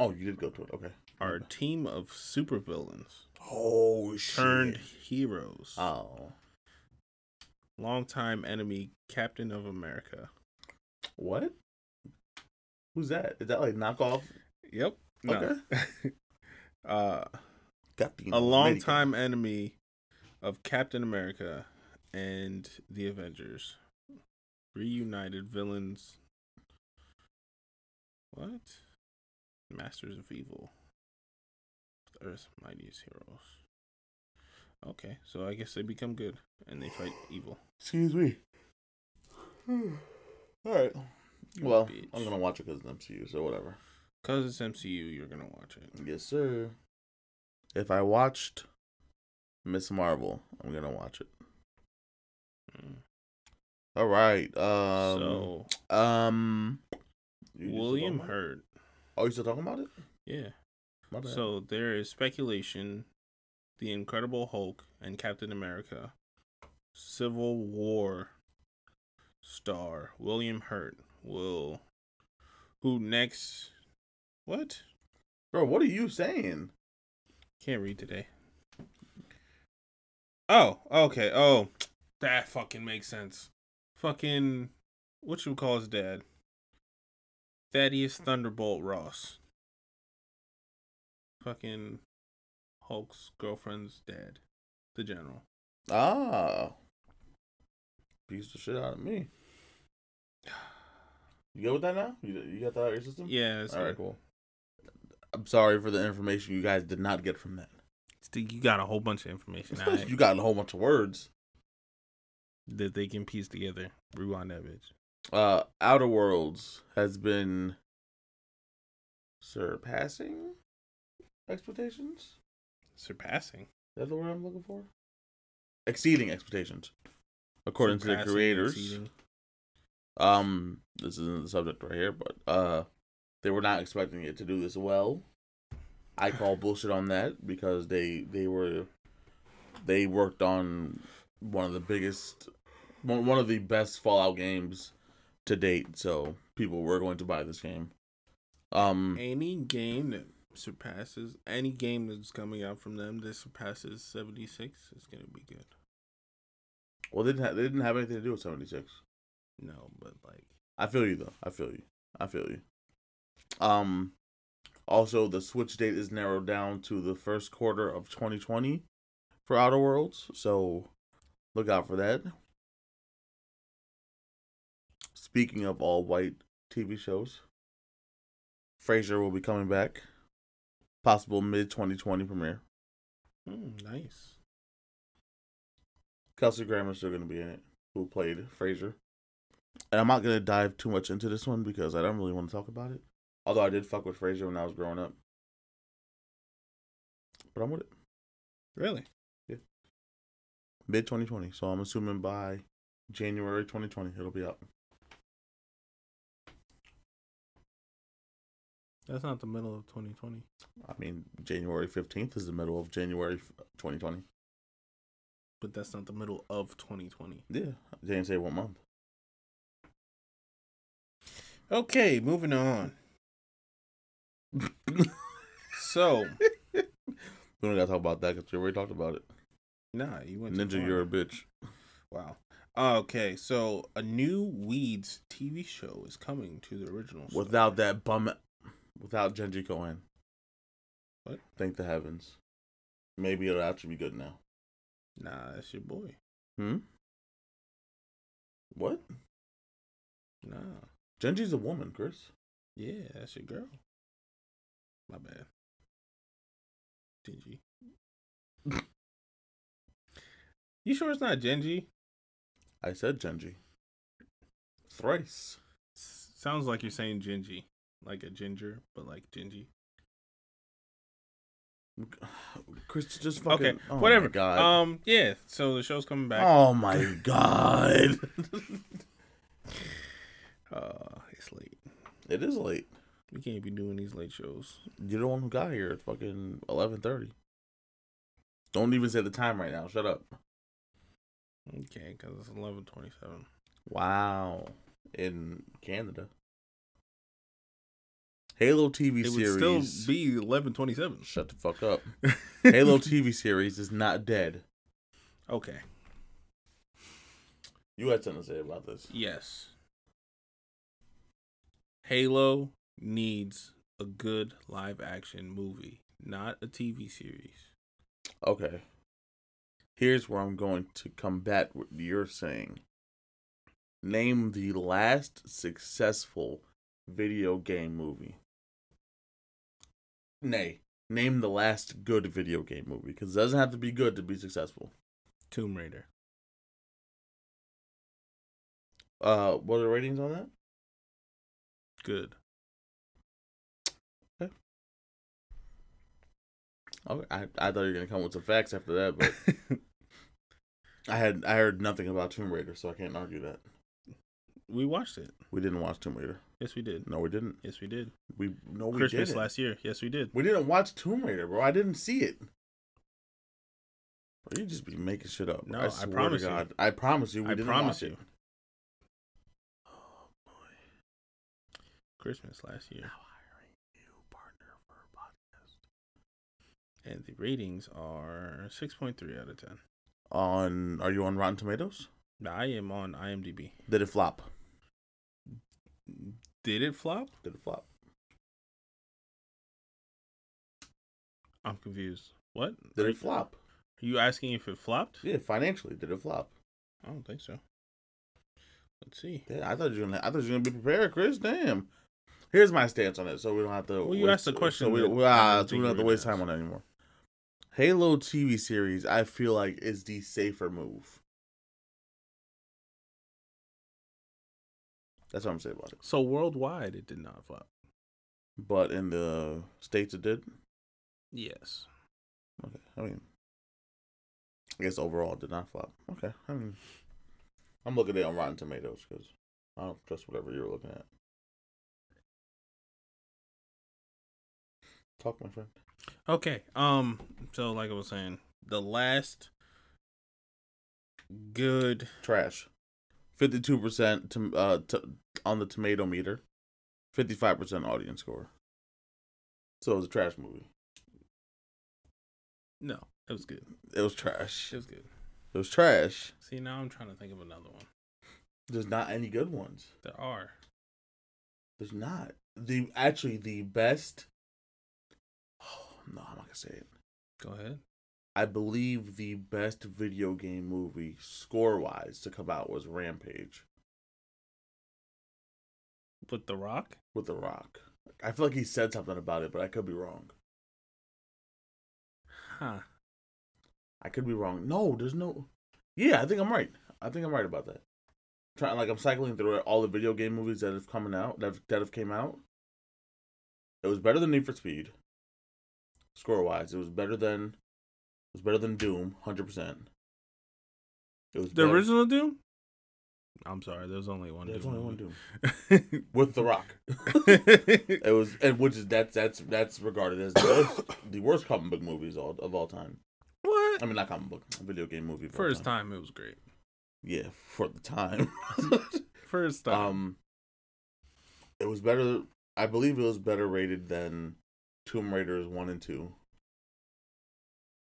A: Oh, you did go to it. Okay.
B: are a team of supervillains
A: Oh
B: turned heroes.
A: Oh,
B: Longtime enemy Captain of America.
A: what? Who's that? Is that like knockoff?
B: Yep. No. uh
A: Got the
B: a long time enemy of Captain America and the Avengers. Reunited villains. What? Masters of Evil. Earth's mightiest heroes. Okay, so I guess they become good and they fight evil.
A: Excuse me. All right.
B: You
A: Well,
B: bitch.
A: I'm gonna watch it because it's MCU, so whatever.
B: Cause it's MCU, you're gonna watch it.
A: Yes, sir. If I watched Miss Marvel, I'm gonna watch it.
B: Mm.
A: All right. Um.
B: so
A: um. you- you still
B: William
A: talking about it?
B: Hurt,
A: Oh, you still talking about it?
B: yeah,
A: My bad.
B: So there is speculation the Incredible Hulk and Captain America Civil War star William Hurt will who next what?
A: bro, what are you saying?
B: Can't read today. Oh, okay. Oh, that fucking makes sense. Fucking what you call his dad? Thaddeus Thunderbolt Ross. Fucking Hulk's girlfriend's dad, the general.
A: Ah, piece the shit out of me. You good with that now? You, you got that out of your system?
B: Yeah, it's,
A: All right, cool. I'm sorry for the information you guys did not get from that.
B: Still, you got a whole bunch of information out
A: You got a whole bunch of words.
B: that they can piece together. Rewind that bitch.
A: Uh, Outer Worlds has been surpassing expectations.
B: Surpassing.
A: Is that the word I'm looking for? Exceeding expectations, according to the
B: Surpassing,
A: creators.
B: exceeding.
A: Um, this isn't the subject right here, but uh, they were not expecting it to do this well. I call bullshit on that because they they were they worked on one of the biggest one one of the best Fallout games to date, so people were going to buy this game. Um,
B: any game that surpasses any game that's coming out from them that surpasses 76 is going to be good
A: well, they didn't ha- they didn't have anything to do with seventy six.
B: no but like
A: I feel you though. I feel you. I feel you. Um also the switch date is narrowed down to the first quarter of 2020 for Outer Worlds, so look out for that. Speaking of all white TV shows, Frasier will be coming back. Possible mid 2020 premiere.
B: mm, nice
A: Kelsey Grammer's still gonna be in it, who played Frasier. And I'm not gonna dive too much into this one because I don't really want to talk about it. Although I did fuck with Frasier when I was growing up. But I'm with it.
B: really
A: Mid 2020, so I'm assuming by January 2020 it'll be out.
B: that's not the middle of 2020
A: I mean, January 15th is the middle of January f- 2020.
B: but that's not the middle of 2020
A: Yeah, I didn't say what month.
B: okay moving on so
A: We don't gotta talk about that because we already talked about it.
B: nah you went too
A: Ninja,
B: far.
A: you're a bitch.
B: wow okay so a new weeds tv show is coming to the original Star.
A: Without that bum, without Genji Cohen.
B: What?
A: Thank the heavens. Maybe it'll actually be good now.
B: nah that's your boy
A: Hmm? What?
B: nah
A: Genji's a woman, Chris.
B: Yeah, that's your girl. My bad. Genji. you sure it's not Genji?
A: I said Genji. Thrice.
B: S- sounds like you're saying Genji. Like a ginger, but like Genji.
A: Chris, just fucking.
B: okay,
A: oh my
B: whatever.
A: God.
B: Um, yeah, so the show's coming back.
A: Oh my god.
B: Uh, it's late.
A: it is late.
B: We can't be doing these late shows.
A: You're the one who got here at fucking eleven thirty. Don't even say the time right now. Shut up.
B: Okay, because it's eleven twenty-seven.
A: Wow. In Canada. Halo TV
B: It would
A: series.
B: still be eleven twenty-seven.
A: Shut the fuck up. Halo TV series is not dead.
B: Okay.
A: You had something to say about this.
B: Yes. Halo needs a good live action movie, not a TV series.
A: Okay. Here's where I'm going to combat what you're saying. Name the last successful video game movie. Nay, name the last good video game movie because it doesn't have to be good to be successful.
B: Tomb Raider.
A: Uh, what are the ratings on that?
B: Good.
A: Okay, I, I thought you were gonna come with some facts after that, but I had I heard nothing about Tomb Raider, so I can't argue that.
B: we watched it.
A: We didn't watch Tomb Raider.
B: Yes, we did.
A: No, we didn't.
B: Yes, we did.
A: We no, we
B: Christmas
A: didn't.
B: last year. Yes, we did.
A: We didn't watch Tomb Raider, bro. I didn't see it. Bro, you just be making shit up. bro.
B: No, I
A: swear to
B: promise you.
A: I promise you. We
B: I
A: didn't
B: promise
A: watch it.
B: you. Christmas last year. And the ratings are 6.3 out of 10.
A: On are you on Rotten Tomatoes?
B: I am on IMDb.
A: Did it flop?
B: Did it flop?
A: Did it flop?
B: I'm confused. What?
A: Did
B: are,
A: it flop?
B: Are you asking if it flopped?
A: Yeah, financially, did it flop?
B: I don't think so. Let's see.
A: Yeah, I thought you were gonna. I thought you were gonna be prepared, Chris. Damn. Here's my stance on it, so we don't have to.
B: Well, you asked the question
A: So we,
B: that
A: we- ah,
B: I didn't
A: so we
B: think
A: don't
B: you
A: have to
B: were
A: waste
B: gonna
A: time on that anymore. Halo TV series, I feel like is the safer move. That's what I'm saying about it.
B: So worldwide, it did not flop.
A: But in the states, it did.
B: Yes.
A: Okay, I mean, I guess overall it did not flop. Okay, I mean, I'm looking at it on Rotten Tomatoes because I don't trust whatever you're looking at. Talk, my friend.
B: Okay. Um. So, like I was saying, the last good.
A: Trash. Fifty-two percent to uh to, on the tomato meter, fifty-five percent audience score. So it was a trash movie.
B: No, it was good.
A: It was trash.
B: Ah, It was good.
A: It was trash.
B: See, now I'm trying to think of another one.
A: There's not any good ones.
B: There are.
A: There's not. The actually the best. Oh no, I'm not gonna say it.
B: Go ahead.
A: I believe the best video game movie score wise to come out was Rampage
B: With The Rock?
A: with The Rock. I feel like he said something about it, but I could be wrong.
B: Huh.
A: I could be wrong. No, there's no. Yeah, I think I'm right. I think I'm right about that. Trying like I'm cycling through all the video game movies that have coming out that have, that have came out. It was better than Need for Speed. Score wise, it was better than it was better than Doom, hundred percent. It was
B: The
A: better-
B: original Doom? I'm sorry, there's only one
A: There's
B: Doom.
A: only one Doom
B: Doom.
A: with The Rock. It was and which is that's that's that's regarded as the worst, the worst comic book movies all, of all time.
B: what?
A: I mean, not comic book, video game movie. of all
B: First
A: time.
B: time it was great.
A: Yeah, for the time.
B: First time.
A: Um, it was better. I believe it was better rated than Tomb Raiders one and two.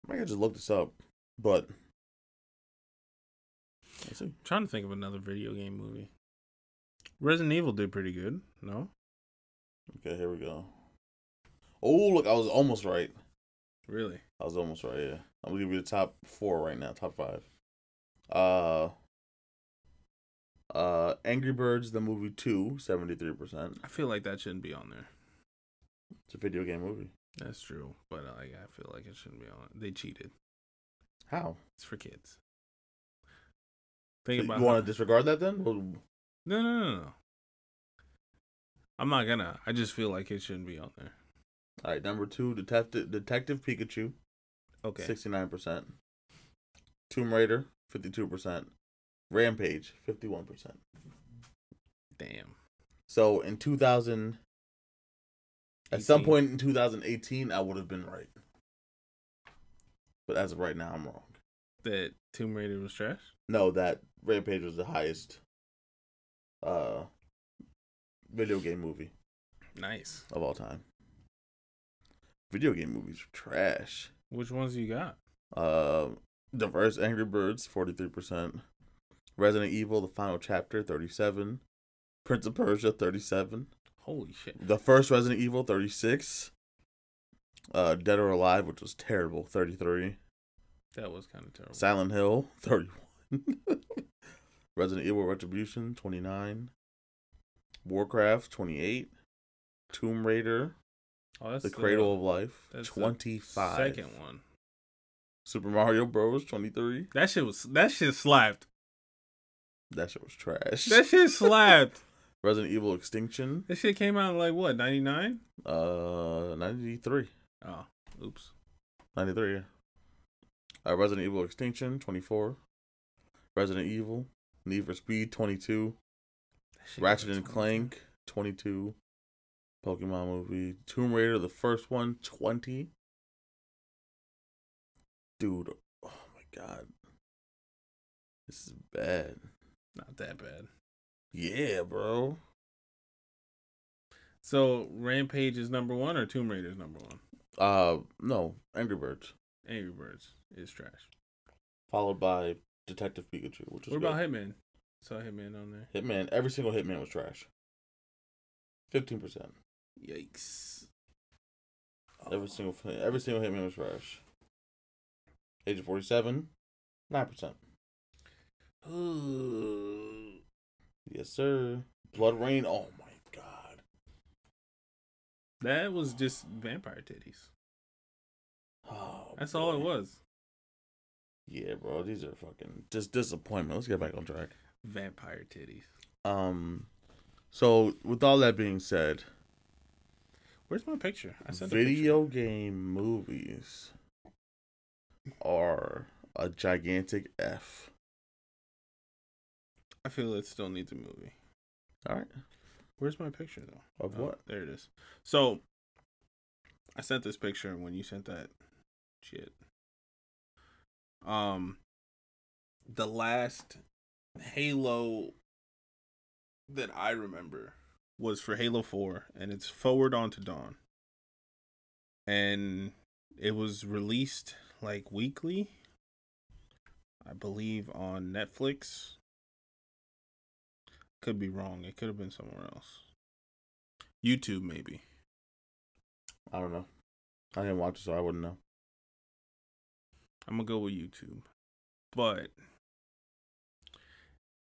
A: I might just look this up, but let's see.
B: trying to think of another video game movie. Resident Evil did pretty good. No?
A: Okay, here we go. Oh, look, I was almost right.
B: Really?
A: I was almost right. Yeah, I'm gonna give you the top four right now. Top five. Uh. Uh, Angry Birds the movie two, 73 percent.
B: I feel like that shouldn't be on there.
A: It's a video game movie.
B: That's true, but I, I feel like it shouldn't be on. They cheated.
A: How?
B: It's for kids.
A: So
B: Think
A: you
B: about
A: want
B: how-
A: to disregard that then? Well,
B: No, no, no, no. I'm not gonna. I just feel like it shouldn't be on there.
A: All right, number two, Detective Detective Pikachu,
B: Okay.
A: sixty nine percent. Tomb Raider, fifty two percent. Rampage, fifty one percent.
B: Damn.
A: So in two thousand At some
B: 18.
A: point in 2018, I would have been right. But as of right now, I'm wrong.
B: that Tomb Raider was trash.
A: No, that Rampage was the highest uh video game movie
B: Nice.
A: of all time. Video game movies are trash.
B: Which ones you got?
A: Uh, Diverse Angry Birds, 43%. Resident Evil, the final chapter, 37. Prince of Persia, 37.
B: Holy shit.
A: The first Resident Evil, 36. Uh, Dead or Alive, which was terrible, 33.
B: That was kind of terrible.
A: Silent Hill, 31. Resident Evil Retribution, 29. Warcraft, 28. Tomb Raider,
B: oh, that's
A: The Cradle of Life,
B: that's the
A: 25.
B: Second one.
A: Super Mario Bros, 23.
B: That shit was that shit slapped.
A: That shit was trash.
B: That shit slapped.
A: Resident Evil Extinction,
B: That shit came out in like what, 99?
A: uh, 93.
B: Oh, oops.
A: 93, yeah. Uh, Resident Evil Extinction, 24. Resident Evil, Need for Speed, 22.
B: That shit
A: Ratchet
B: was
A: and
B: 22.
A: Clank, 22. Pokemon movie. Tomb Raider, the first one, 20. Dude, oh my god. This is bad.
B: Not that bad.
A: Yeah, bro.
B: So Rampage is number one or Tomb Raider is number one?
A: Uh, no, Angry Birds.
B: Angry Birds is trash.
A: Followed by Detective Pikachu, which was
B: what about
A: good.
B: Hitman? Saw Hitman on there.
A: Hitman? Every single Hitman was trash. 15%.
B: Yikes. Oh.
A: Every single every single Hitman was trash. Age of 47, 9%.
B: single.
A: Yes, sir. Blood Rain. Oh my god.
B: That was just vampire titties.
A: Oh,
B: That's all it
A: boy.
B: was.
A: Yeah, bro. These are fucking just disappointment. Let's get back on track.
B: Vampire titties.
A: Um, so with all that being said,
B: Where's my picture? I sent A
A: video game movies are a gigantic F.
B: picture. I feel it still needs a movie.
A: All right.
B: Where's my picture though?
A: Of
B: Oh,
A: what?
B: There it is. So I sent this picture when you sent that shit. Um the last Halo that I remember was for Halo 4 and it's Forward on to Dawn. And it was released like weekly I believe on Netflix. Could be wrong. It could have been somewhere else. YouTube maybe.
A: I don't know. I didn't watch it, so I wouldn't know.
B: I'm gonna go with YouTube. But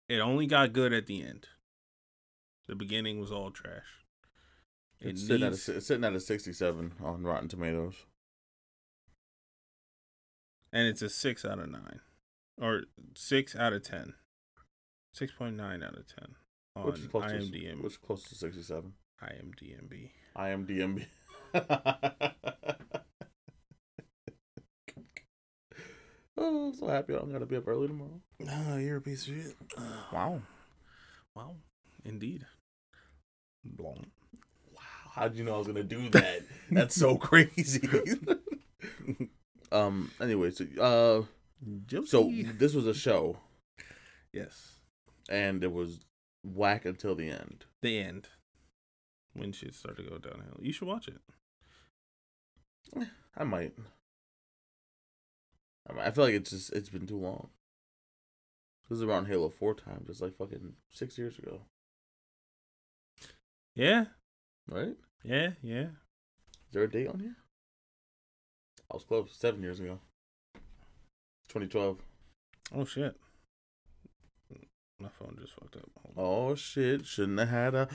B: it only got good at the end. The beginning was all trash. It
A: It's sitting, at a,
B: needs-
A: si- it's sitting at a 67 on Rotten Tomatoes.
B: and it's a six out of nine. Or six out of ten. Six point nine out of ten. On
A: Which is close, to,
B: IMDb.
A: which is close to 67.
B: IMDb.
A: IMDb. oh, I'm so happy I'm going to be up early tomorrow.
B: Oh, you're a piece of shit.
A: Wow.
B: Wow. Indeed. Blonde.
A: Wow. How did you know I was going to do that? That's so crazy. um. Anyway, so, uh, so this was a show,
B: yes.
A: and it was whack until the end.
B: the end when shit started to go downhill. You should watch it.
A: I might. I, might. I feel like it's just it's been too long. This is around Halo Four times. It's like fucking six years ago,
B: Yeah,
A: right? Is
B: yeah, yeah.
A: there a date on here? I was close. Seven years ago. Twenty twelve.
B: Oh shit, my phone just fucked up. Hold on.
A: Oh shit! Shouldn't have had a.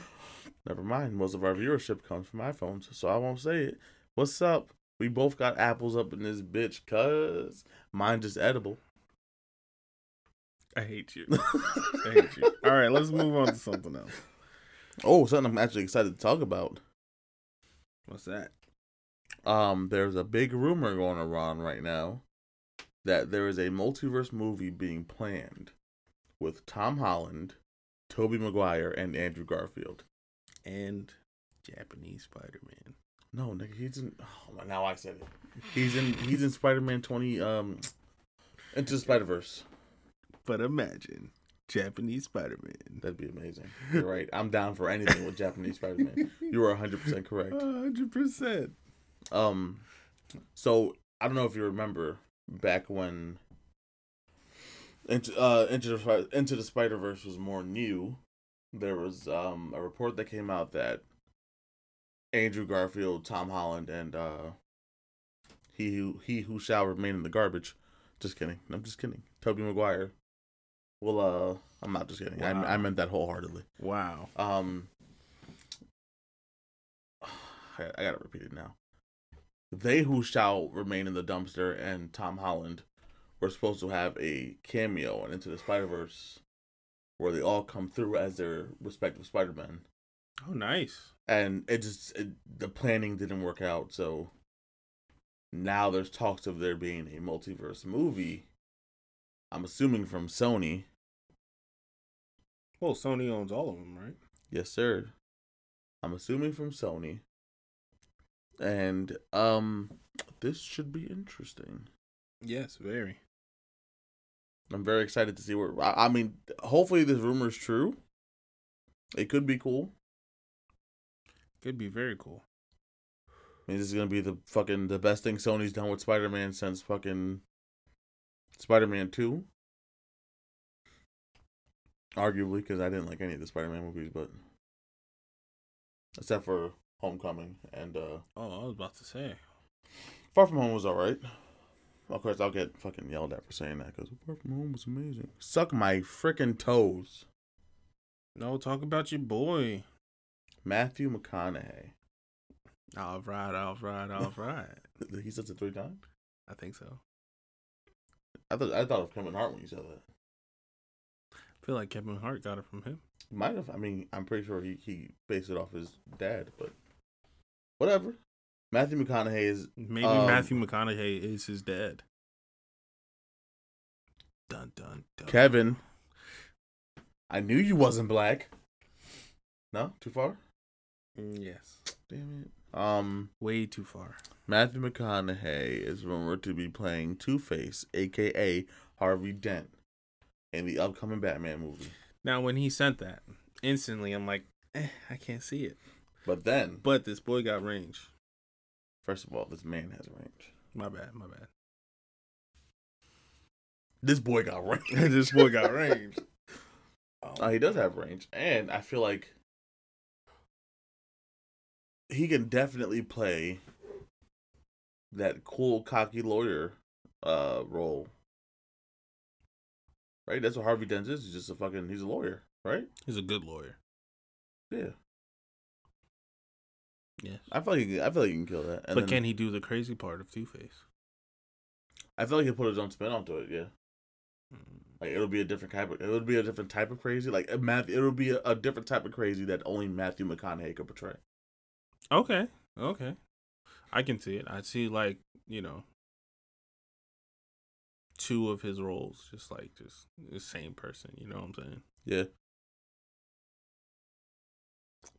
A: Never mind. Most of our viewership comes from iPhones, so I won't say it. What's up? We both got apples up in this bitch, cause mine just edible.
B: I hate you. I hate you. All right, let's move on to something else.
A: Oh, something I'm actually excited to talk about.
B: What's that?
A: um there's a big rumor going around right now that there is a multiverse movie being planned with Tom Holland, Toby Maguire, and Andrew Garfield.
B: And Japanese Spider Man.
A: No, nigga, he's in. Oh, my- now I said it. He's in. He's in Spider Man twenty. Um, into Spider Verse.
B: But imagine Japanese Spider Man.
A: That'd be amazing. You're right. I'm down for anything with Japanese Spider Man. You are 100 percent correct.
B: hundred percent.
A: Um, so I don't know if you remember back when into uh into the, Spi- into the Spider Verse was more new. There was um a report that came out that Andrew Garfield, Tom Holland, and uh he who he who shall remain in the garbage. Just kidding. I'm just kidding. Toby Maguire. Well, uh, I'm not just kidding.
B: Wow.
A: I, I meant that wholeheartedly.
B: Wow.
A: Um, I, I gotta repeat it now. They who shall remain in the dumpster and Tom Holland were supposed to have a cameo in Into the Spider Verse, where they all come through as their respective Spider Men,
B: Oh, nice.
A: and it just it, the planning didn't work out. So now there's talks of there being a multiverse movie. I'm assuming from Sony.
B: Well, Sony owns all of them, right?
A: Yes, sir. I'm assuming from Sony. And um this should be interesting.
B: Yes, very.
A: I'm very excited to see where I, I mean, hopefully this rumor is true. It could be cool.
B: Could be very cool.
A: I mean, this is going to be the fucking the best thing Sony's done with Spider-Man since fucking Spider-Man 2. Arguably cuz I didn't like any of the Spider-Man movies, but except for Homecoming and uh
B: Oh, I was about to say.
A: Far From Home was alright. Of course, I'll get fucking yelled at for saying that because Far From Home was amazing. Suck my freaking toes.
B: No, talk about your boy.
A: Matthew McConaughey.
B: All right, all right, all right.
A: He says it three times?
B: I think so.
A: I thought I thought of Kevin Hart when you said that.
B: I feel like Kevin Hart got it from him.
A: Might have. I mean, I'm pretty sure he, he based it off his dad, but whatever. Matthew McConaughey is.
B: Maybe
A: Um,
B: Matthew McConaughey is his dad. Dun dun dun.
A: Kevin. I knew you wasn't black. No? Too far?
B: Mm, Yes.
A: Damn it. Um.
B: Way too far.
A: Matthew McConaughey is rumored to be playing Two Face, aka Harvey Dent, in the upcoming Batman movie.
B: Now, when he sent that, instantly I'm like, eh, I can't see it.
A: But then,
B: But this boy got range.
A: first of all, this man has range.
B: My bad, my bad.
A: This boy got range.
B: this boy got range. Oh,
A: Uh, he does have range, and I feel like he can definitely play that cool, cocky lawyer uh role. Right? That's what Harvey Dent is. He's just a fucking. He's a lawyer, right?
B: He's a good lawyer.
A: Yeah.
B: Yes.
A: I feel like he, I feel like he can kill that. And
B: but
A: then-
B: can he do the crazy part of Two Face?
A: I feel like he'll put his own spin onto it. Yeah,
B: Mm.
A: like it'll be a different type. Of, it'll be a different type of crazy. Like Matthew, it'll be a, a different type of crazy that only Matthew McConaughey could portray.
B: Okay. Okay. I can see it. I see like, you know, two of his roles just like just the same person, you know what I'm saying?
A: Yeah.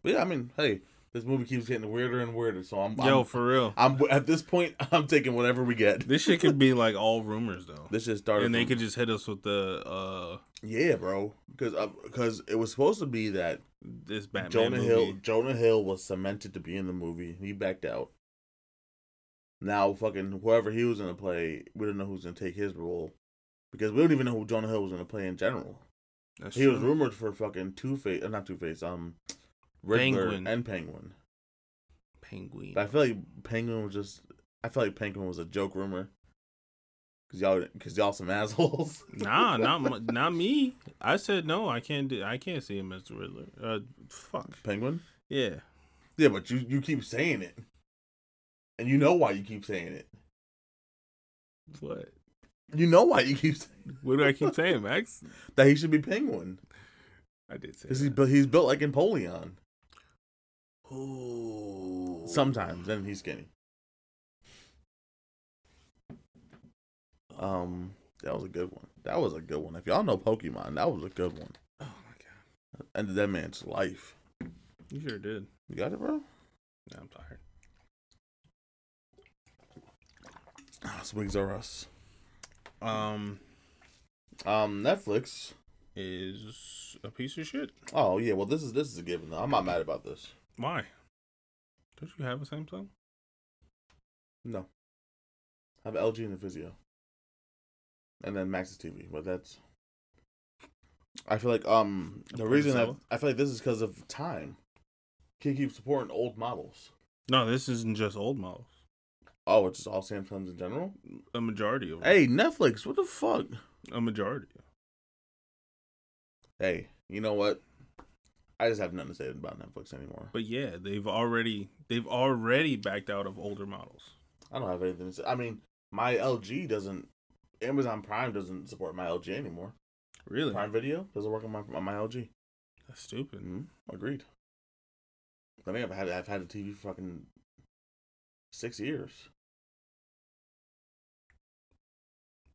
A: But yeah, I mean, hey, this movie keeps getting weirder and weirder. So I'm,
B: Yo, for real.
A: I'm, I'm at this point, I'm taking whatever we get.
B: This shit could be like all rumors though.
A: This just started,
B: And they
A: from-
B: could just hit us with the uh
A: yeah, bro, because because it was supposed to be that
B: this Batman
A: Jonah
B: movie.
A: Hill. Jonah Hill was cemented to be in the movie. He backed out. Now, fucking whoever he was gonna play, we don't know who's gonna take his role because we don't even know who Jonah Hill was gonna play in general.
B: That's
A: he was
B: true.
A: rumored for fucking Two Face, uh, not Two Face, um, Riddler
B: Penguin.
A: and Penguin.
B: Penguin.
A: But I feel like Penguin was just. I feel like Penguin was a joke rumor. Cause y'all, cause y'all some assholes.
B: nah, not mu- not me. I said no. I can't do. I can't see him as the Riddler. Uh, fuck.
A: Penguin.
B: Yeah.
A: Yeah, but you you keep saying it, and you know why you keep saying it.
B: What?
A: You know why you keep saying
B: What do I keep saying, Max?
A: that he should be Penguin.
B: I did say.
A: Cause he's
B: that.
A: bu- he's built like Napoleon.
B: Ooh.
A: Sometimes, then he's skinny. Um, that was a good one. That was a good one. If y'all know Pokemon, that was a good one.
B: Oh my god.
A: Ended that man's life.
B: You sure did.
A: You got it, bro.
B: Nah, I'm tired.
A: Ah, It's Wigs Are Us.
B: Um,
A: Um, Netflix.
B: is a piece of shit.
A: Oh yeah, well this is this is a given though. I'm not mad about this.
B: Why? Don't you have a Samsung?
A: No. I have LG and a Vizio. And then Max's TV, but that's. I feel like um the
B: Portobello?
A: reason I, I feel like this is because of time. Can't keep supporting old models.
B: No, this isn't just old models.
A: Oh, it's just all Samsungs in general.
B: A majority of them.
A: Hey, Netflix, what the fuck?
B: A majority.
A: Hey, you know what? I just have nothing to say about Netflix anymore.
B: But yeah, they've already they've already backed out of older models.
A: I don't have anything to say. I mean, my LG doesn't. Amazon Prime doesn't support my LG anymore.
B: Really?
A: Prime Video doesn't work on my on my LG.
B: That's stupid.
A: mm Agreed. I think I've had I've had a TV for fucking six years.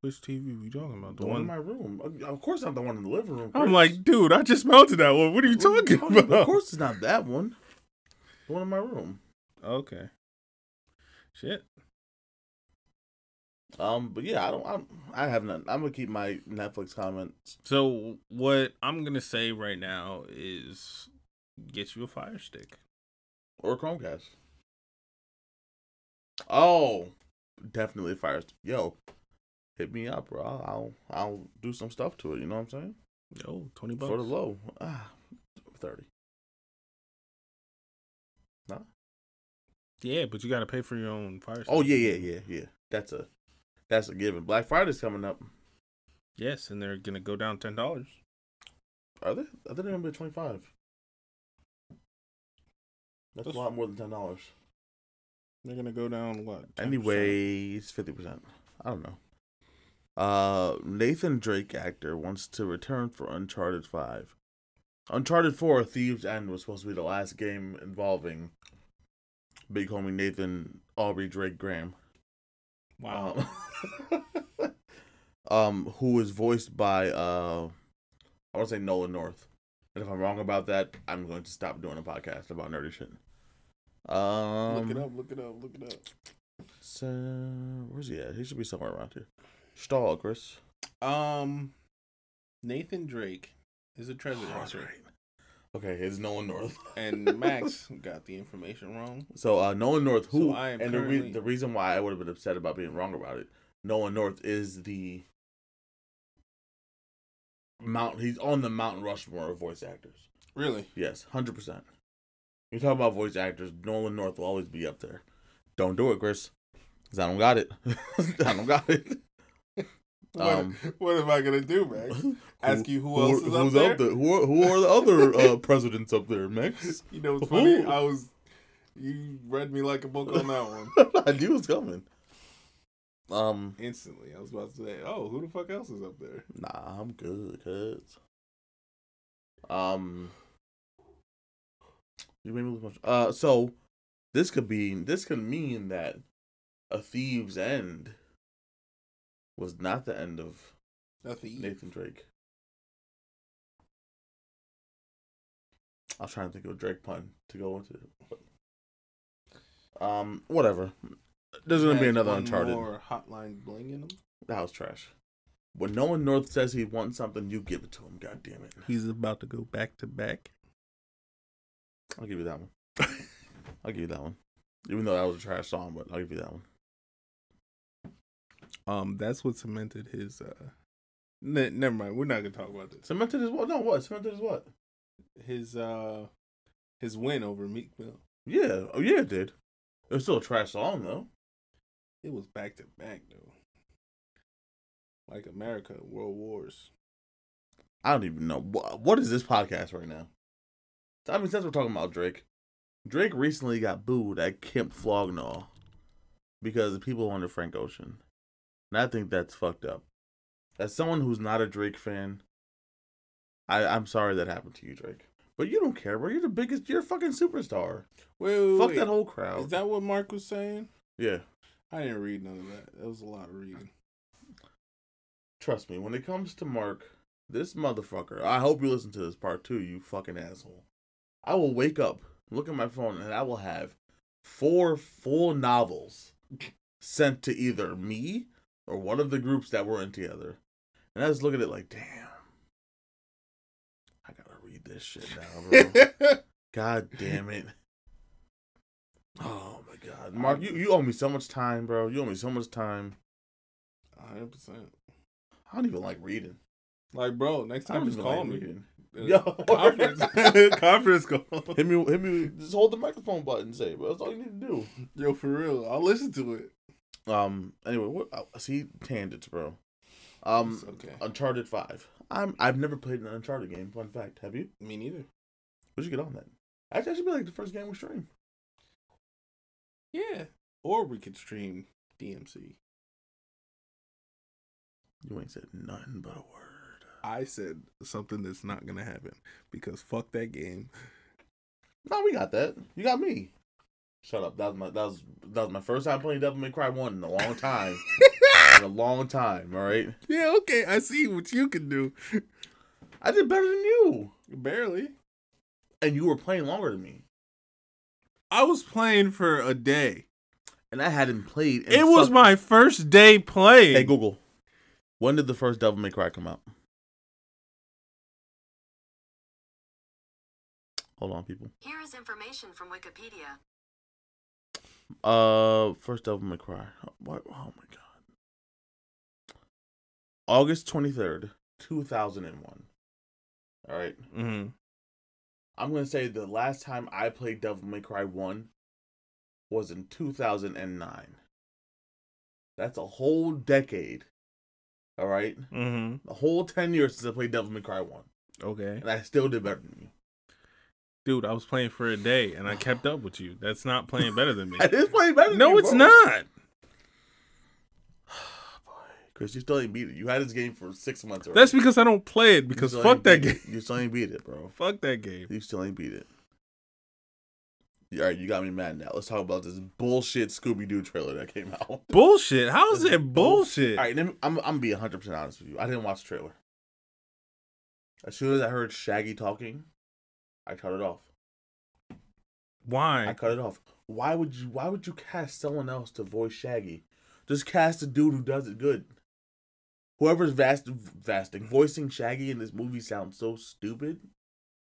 B: Which TV are we talking about?
A: The one in my room. Of course, not the one in the living room.
B: I'm
A: Chris.
B: like, dude, I just melted that one. What are you
A: What
B: talking
A: Of
B: about?
A: course, it's not that one. The one in my room.
B: Okay. Shit.
A: Um, but yeah, I don't. I'm, I have none. I'm gonna keep my Netflix comments.
B: So what I'm gonna say right now is get you a fire stick.
A: or Chromecast. Oh, definitely fire. Yo, hit me up, bro. I'll I'll, I'll do some stuff to it. You know what I'm saying?
B: Oh, 20 bucks.
A: For the low, ah, thirty.
B: Yeah, but you gotta pay for your own fire stick.
A: Oh yeah, yeah, yeah, yeah. That's a that's a given. Black Friday's coming up.
B: Yes, and they're gonna go down ten dollars.
A: Are they? I think they're gonna be twenty five. That's a lot more than ten dollars.
B: They're gonna go down what? 10%?
A: Anyways, fifty percent. I don't know. Uh, Nathan Drake actor wants to return for Uncharted Five. Uncharted Four: Thieves End was supposed to be the last game involving big homie Nathan Aubrey Drake Graham.
B: Wow.
A: Um, um, who was voiced by uh, I want to say Nolan North. And if I'm wrong about that, I'm going to stop doing a podcast about nerdy shit. Um,
B: Look it up. Look it up.
A: so where's he at? He should be somewhere around here. Stahl, Chris.
B: Um, Nathan Drake is a treasure hunter,
A: Okay, it's Nolan North.
B: and Max got the information wrong.
A: So uh, Nolan North, who
B: So I am
A: and the, re-
B: currently-
A: the reason why I would have been upset about being wrong about it, Nolan North is the Mount. He's on the Mount Rushmore of voice actors.
B: Really?
A: Yes, hundred percent. You talk about voice actors, Nolan North will always be up there. Don't do it, Chris, 'cause I don't got it. I don't got it.
B: What,
A: Um,
B: what am I gonna do, Max? Ask you who,
A: Who-
B: else is up
A: who's
B: there?
A: Up there? Who are, who are the other uh, presidents up there, Max?
B: You know what's funny?
A: Who?
B: I was. You read me like a book on that one
A: I knew it was coming. Um,
B: instantly. I was about to say, "Oh, who the fuck else is up there?"
A: nah, I'm good, cuz. Um, you made me lose my. Uh, so this could be this could mean that a thieves end was not the end of
B: Nothing.
A: Nathan Drake. I was trying to think of a Drake pun to go into. Um, whatever. There's gonna be
B: Has
A: another
B: one
A: Uncharted.
B: More hotline bling in him.
A: That was trash. When Nolan North says he wants something, you give it to him. God damn it!
B: He's about to go back to back.
A: I'll give you that one. I'll give you that one. Even though that was a trash song, but I'll give you that one.
B: Um, that's what cemented his. uh ne- Never mind. We're not gonna talk about this.
A: Cemented is what? No, what? Cemented is what?
B: His uh, his win over Meek Mill.
A: Yeah. Oh yeah, it did. It was still a trash song though.
B: It was back to back though. Like America, World Wars.
A: I don't even know what what is this podcast right now. I mean, since we're talking about Drake, Drake recently got booed at Kemp Flognaw because the people wanted Frank Ocean, and I think that's fucked up. As someone who's not a Drake fan, I I'm sorry that happened to you, Drake. But you don't care, bro. You're the biggest. You're a fucking superstar.
B: Wait, wait,
A: Fuck
B: wait.
A: that whole crowd.
B: Is that what Mark was saying?
A: yeah,
B: I didn't read none of that. That was a lot of reading.
A: trust me. When it comes to Mark, this motherfucker. I hope you listen to this part too. You fucking asshole. I will wake up, look at my phone, and I will have four full novels sent to either me or one of the groups that we're in together. And I was looking at it like, damn, I gotta read this shit now, bro. God damn it. Oh my god. Mark, you, you owe me so much time, bro. You owe me so much time.
B: hundred percent.
A: I don't even like reading.
B: Like, bro, next
A: I don't
B: time just
A: even
B: call
A: like
B: me.
A: reading.
B: Uh,
A: Yo.
B: conference, conference call.
A: Hit me hit me just hold the microphone button, say, bro. That's all you need to do.
B: Yo, for real, I'll listen to it.
A: Um. Anyway, what? Uh, see tangents, bro. Um. uh,
B: It's okay.
A: Uncharted Five. I'm. I've never played an Uncharted game. Fun fact. Have you?
B: Me neither.
A: We should get on that. Actually, that should be like the first game we stream.
B: Yeah. Or we could stream DMC.
A: You ain't said nothing but a word.
B: I said something that's not gonna happen because fuck that game.
A: No, we got that. You got me. Shut up. That was my. That was that was my first time playing Devil May Cry One in a long time. in a long time. All right.
B: Yeah, okay, I see what you can do.
A: I did better than you,
B: Barely.
A: and you were playing longer than me,
B: I was playing for a day.
A: and I hadn't played. in
B: It was
A: fuck-
B: my first day playing.
A: Hey Google. When did the first Devil May Cry come out? Hold on, people.
C: Here is information from Wikipedia.
A: Uh, first Devil May Cry. What? Oh my god. August twenty third, two thousand and one. All right.
B: Mhm.
A: I'm gonna say the last time I played Devil May Cry one was in two thousand and nine. That's a whole decade. All right,
B: Mhm.
A: a whole ten years since I played Devil May Cry one,
B: Okay.
A: and I still did better than you.
B: Dude, I was playing for a day and I kept up with you. That's not playing better than me.
A: It is playing better. than
B: no,
A: you,
B: it's
A: bro.
B: not.
A: Chris, you still ain't beat it. You had this game for six months. Already.
B: That's because I don't play it
A: You
B: because
A: still
B: fuck
A: ain't
B: that
A: beat
B: game.
A: it. You still ain't beat it, bro.
B: Fuck that game.
A: You still ain't beat it. All right, you got me mad now. Let's talk about this bullshit Scooby Doo trailer that came out. All
B: Bullshit. How is
A: This is
B: that bullshit?
A: right, let me- I'm I'm gonna be 100 percent honest with you. I didn't watch the trailer. As soon as I heard Shaggy talking, I cut it off. I
B: Why?
A: cut it off. Why would you? Why would you cast someone else to voice Shaggy? Just cast a dude who does it good. Whoever's vast, vasting voicing Shaggy in this movie sounds so stupid.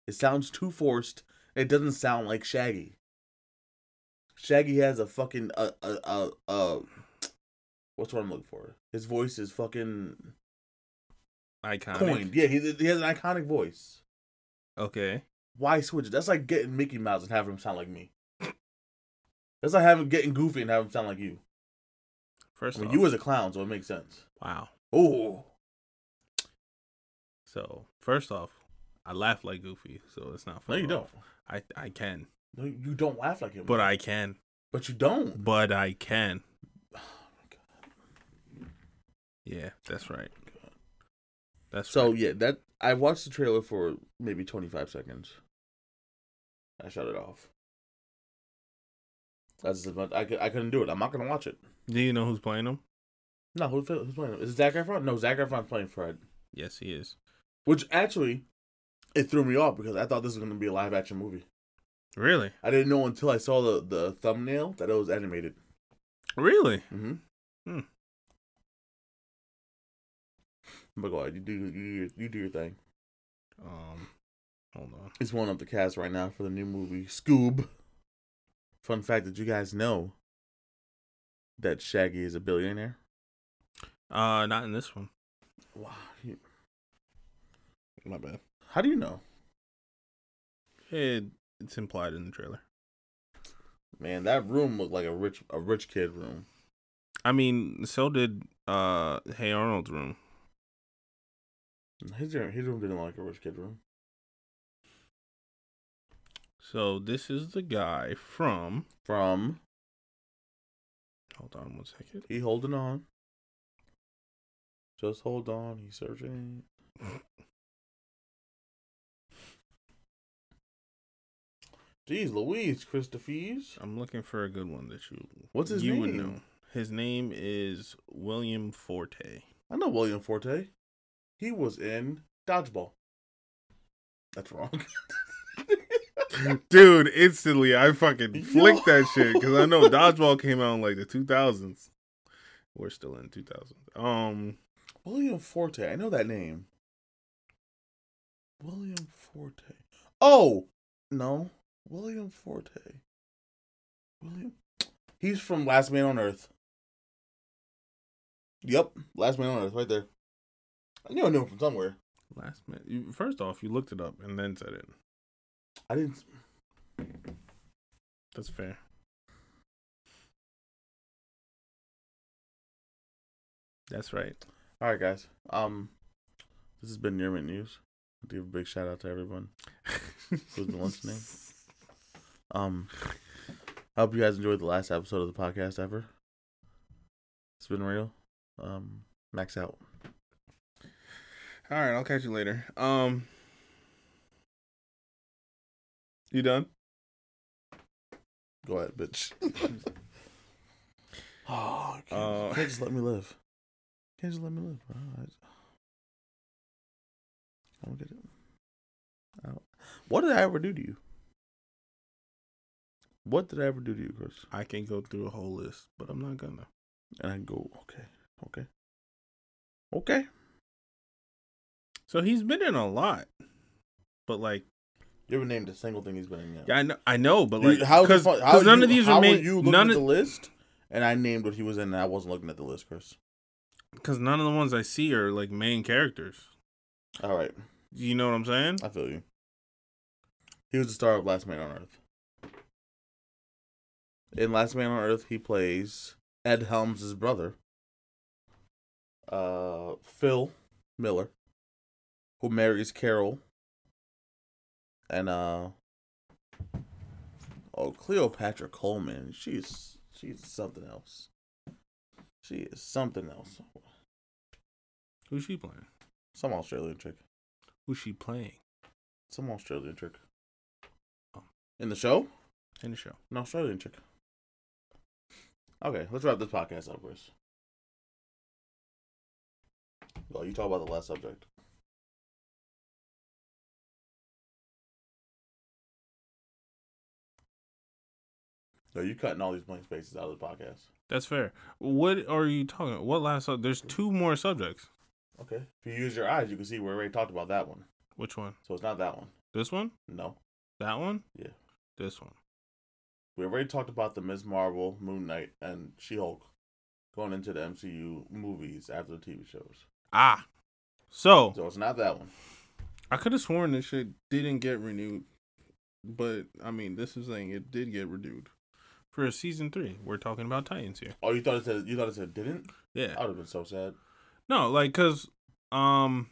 A: It sounds too forced. It doesn't sound like Shaggy. Shaggy has a fucking uh uh uh, uh what's what I'm looking for. His voice is fucking
B: Iconic.
A: coined. Yeah, he, he has an iconic voice.
B: Okay.
A: Why switch it? That's like getting Mickey Mouse and having him sound like me. That's like having getting Goofy and having him sound like you.
B: First
A: I mean,
B: off,
A: you was a clown, so it makes sense.
B: wow.
A: Oh,
B: So first off, I laugh like Goofy, so it's not
A: no,
B: funny.
A: you don't.
B: I I can,
A: No, you don't laugh like him.
B: but I Mm, can,
A: but you don't.
B: but I can.
A: Oh,
B: Yeah, that's right. That's
A: So
B: right.
A: yeah, that I watched the trailer for maybe twenty five seconds. I shut it off. That's as much I could. I couldn't do it. I'm not gonna watch it.
B: Do you know who's playing him?
A: No, who's, who's playing? Is it Zac Efron? No, Zac Efron's playing Fred.
B: Yes, he is.
A: Which actually, it threw me off because I thought this was gonna be a live action movie.
B: Really?
A: I didn't know until I saw the, the thumbnail that it was animated.
B: Really?
A: Mm-hmm.
B: Hmm.
A: But go ahead, you do you do your, you do your thing.
B: Um, hold on.
A: It's one of the cast right now for the new movie Scoob. Fun fact: Did you guys know that Shaggy is a billionaire?
B: Uh, not in this one.
A: Wow. you-
B: My bad.
A: How do you know?
B: It it's implied in the trailer.
A: Man, that room looked like a rich a rich kid room.
B: I mean, so did uh Hey Arnold's room.
A: His room- his room didn't look like a rich kid room.
B: So this is the guy from.
A: From
B: Hold on one second.
A: he holding on. Just hold on. He's searching. Jeez Louise, Christophees.
B: I'm looking for a good one that you.
A: What's his
B: you Would
A: name?
B: know. His name is William Forte.
A: I know William Forte. He was in Dodgeball. That's wrong.
B: Dude, instantly I fucking
A: flicked that shit, 'cause I know
B: Dodgeball came out in like the 2000s. We're still in 2000. Um,
A: William Forte. I know that name. William Forte. Oh no, William Forte. William. He's from Last Man on Earth. Yep, Last Man on Earth, right there. I knew I knew him from somewhere.
B: last minute. You, first off, you looked it up and then said it.
A: I didn't.
B: That's fair. That's right.
A: All right, guys. Um, this has been Near Mint News. I give a big shout out to everyone. Who's been listening? Um, I hope you guys enjoyed the last episode of the podcast ever. It's been real. Um, max out.
B: All right, I'll catch you later. Um, you done?
A: Go ahead, bitch. oh, you can't,
B: Uh,
A: you can't just let me live. You can't just let me live, bro. I, I don't get it. I don't, what did I ever do to you? What did I ever do to you, Chris?
B: I can go through a whole list, but I'm not gonna.
A: And I go, okay, okay, okay.
B: So he's been in a lot, but like,
A: You haven't named a single thing he's been in yet.
B: yeah, I know, I know, but
A: You-
B: like,
A: how
B: because
A: how are
B: none
A: you-
B: of these
A: how
B: are
A: were
B: made.
A: You looking
B: None
A: at the
B: of
A: list, and I named what he was in, and I wasn't looking at the list, Chris.
B: because none of the ones I see are like main characters.
A: All right,
B: You know what I'm saying?
A: I feel you. He was the star of Last Man on Earth. In Last Man on Earth, he plays Ed Helms' brother, uh, Phil Miller, who marries Carol, and uh, oh Cleopatra Coleman. She's she's something else. She is something else.
B: Who's she playing?
A: Some Australian chick.
B: Who's she playing
A: Some Australian chick.
B: Oh.
A: In the show?
B: in the show?
A: An Australian chick. Okay, let's wrap this podcast up, Chris. Well, you talk about the last subject. No, you cutting all these blank spaces out of the podcast.
B: That's fair. What are you talking? About? What last? Sub- There's two more subjects.
A: Okay. If you use your eyes, you can see we already talked about that one.
B: Which one?
A: So it's not that one.
B: This one?
A: No.
B: That one?
A: Yeah.
B: This one.
A: We already talked about the Ms. Marvel, Moon Knight, and She Hulk going into the MCU movies after the TV shows.
B: Ah. So
A: So it's not that one.
B: I could have sworn this shit didn't get renewed, but I mean, this is saying it did get renewed for a season three. We're talking about Titans here.
A: Oh, you thought it said you thought it said didn't?
B: Yeah.
A: I would have been so sad.
B: No, like, cause um,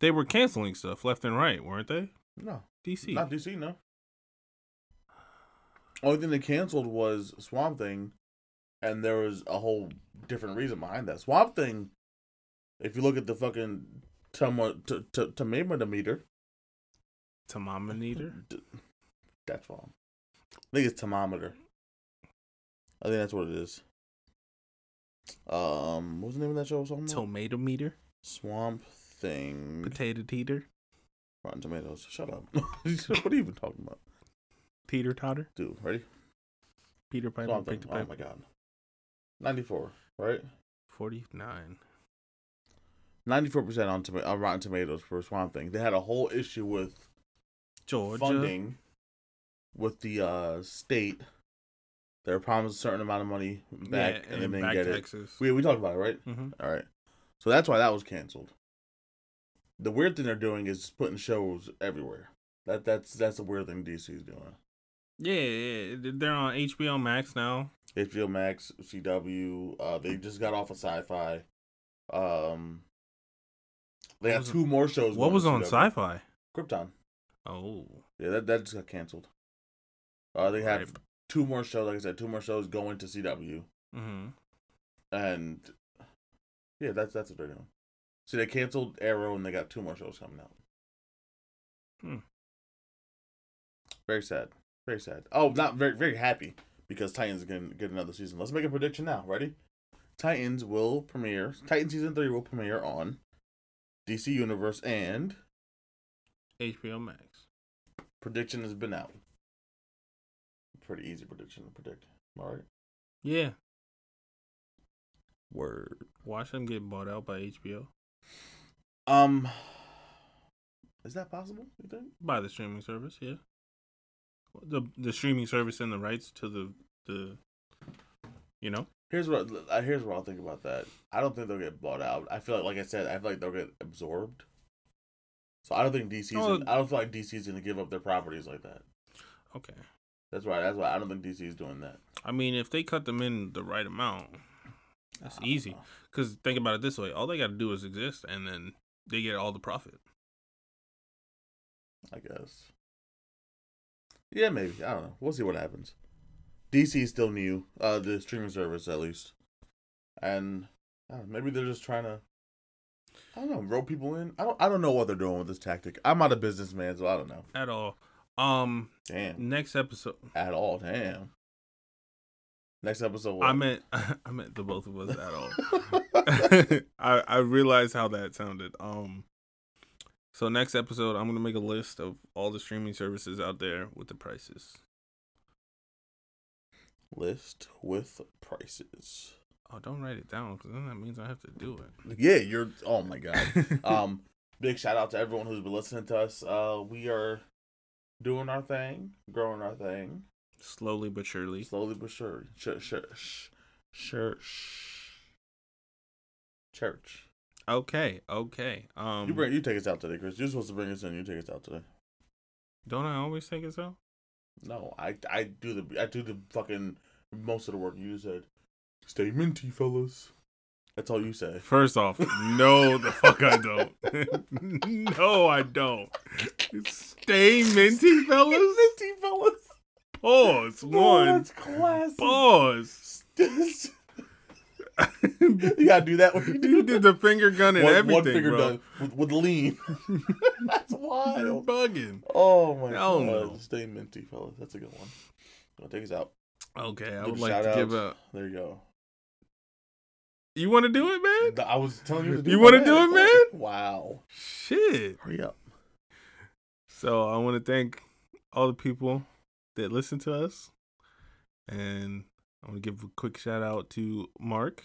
B: they were canceling stuff left and right, weren't they?
A: No,
B: DC.
A: not DC. No. Only thing they canceled was Swamp Thing, and there was a whole different reason behind that. Swamp Thing, if you look at the fucking Tama- t- t- thermometer,
B: Thermometer.
A: d- that's wrong. I think it's thermometer. I think that's what it is. Um, what was the name of that show? I was talking about?
B: Tomato meter.
A: Swamp Thing.
B: Potato teeter.
A: Rotten Tomatoes. Shut up. what are you even talking about?
B: Teeter totter.
A: Dude, ready?
B: Peter Piper.
A: Swamp
B: Pick
A: Thing.
B: the
A: Oh
B: piper.
A: my god. 94, right?
B: 49.
A: 94% on, toma- on Rotten Tomatoes for Swamp Thing. They had a whole issue with
B: Georgia.
A: funding with the uh, state. They were promised a certain amount of money back
B: Yeah,
A: and, they didn't get it.
B: Texas.
A: We, we talked about it, right?
B: hmm
A: All right. So that's why that was canceled. The weird thing they're doing is putting shows everywhere. That that's that's the weird thing DC's doing.
B: Yeah, yeah, yeah, they're on HBO Max now.
A: HBO Max, CW. Uh, they just got off of Sci-Fi. Um, they
B: What
A: got
B: was-
A: two more shows.
B: What
A: going
B: was
A: to
B: on
A: CW.
B: Sci-Fi?
A: Krypton.
B: Oh,
A: Yeah, that that just got canceled. Uh, they have
B: Rip.
A: two more shows. Like I said, two more shows going to CW,
B: hmm
A: and yeah, that's that's what they're doing. See, they canceled Arrow, and they got two more shows coming out.
B: Hmm.
A: Very sad. Very sad. Oh, not very very happy because Titans going to get another season. Let's make a prediction now. Ready? Titans will premiere. Titan season three will premiere on DC Universe, and
B: HBO Max.
A: prediction has been out. Pretty easy prediction to predict. All right.
B: Yeah,
A: Word.
B: Watch them get bought out by HBO
A: Um, is that possible? You think?
B: by the streaming service. Yeah, the the streaming service and the rights to the the, you know,
A: Here's what uh, here's what I'll think about that. I don't think they'll get bought out. I feel like, like I said, I feel like they'll get absorbed. So I don't think DC's.
B: Oh.
A: I don't feel like DC's gonna give up their properties like that.
B: okay.
A: That's why. That's why I don't think DC's doing that.
B: I mean, if they cut them in the right amount, that's
A: I don't
B: easy.
A: know.
B: Because think about it this way: all they got to do is exist, and then they get all the profit.
A: I guess. Yeah, maybe. I don't know. We'll see what happens. DC is still new. Uh, the streaming service at least, and I don't know, maybe they're just trying to. I don't know. Rope people in. I don't. I don't know what they're doing with this tactic. I'm not a businessman, so I don't know.
B: at all. Um,
A: Damn.
B: next episode,
A: At all. Damn. Next episode. what?
B: I meant I meant the both of us at all. I I realized how that sounded. Um, so next episode, I'm gonna make a list of all the streaming services out there with the prices.
A: List with prices.
B: Oh, don't write it down because then that means I have to do it.
A: Yeah, you're. Oh my god. um big shout out to everyone who's been listening to us uh we are doing our thing growing our thing
B: Slowly but surely.
A: slowly but surely church church church church
B: Okay, okay. Um,
A: you bring you take us out today chris you're supposed to bring us in you take us out today
B: don't I always take it out?
A: no i i do the i do the fucking most of the work you said stay minty fellas that's all you say
B: First off, no, the fuck I don't. no, I don't. Stay minty, fellas.
A: minty fellas
B: Pause. One.
A: that's classic
B: Pause.
A: you gotta do that when you do
B: You did the finger gun and
A: one,
B: everything,
A: one finger
B: bro.
A: done with, with lean. That's
B: You're
A: wild.
B: bugging.
A: Oh my
B: Hell
A: god.
B: no.
A: Stay minty, fellas. That's a good one. Well, take us out.
B: Okay, I
A: Do
B: would
A: the
B: like to give
A: shout-outs.
B: a.
A: There you go.
B: You want to do it, man?
A: Th- I was telling you. To do
B: You
A: my
B: wanna
A: best.
B: do it, man?
A: Wow.
B: Shit.
A: Hurry up.
B: So I want to thank all the people that listen to us, and I want to give a quick shout out to Mark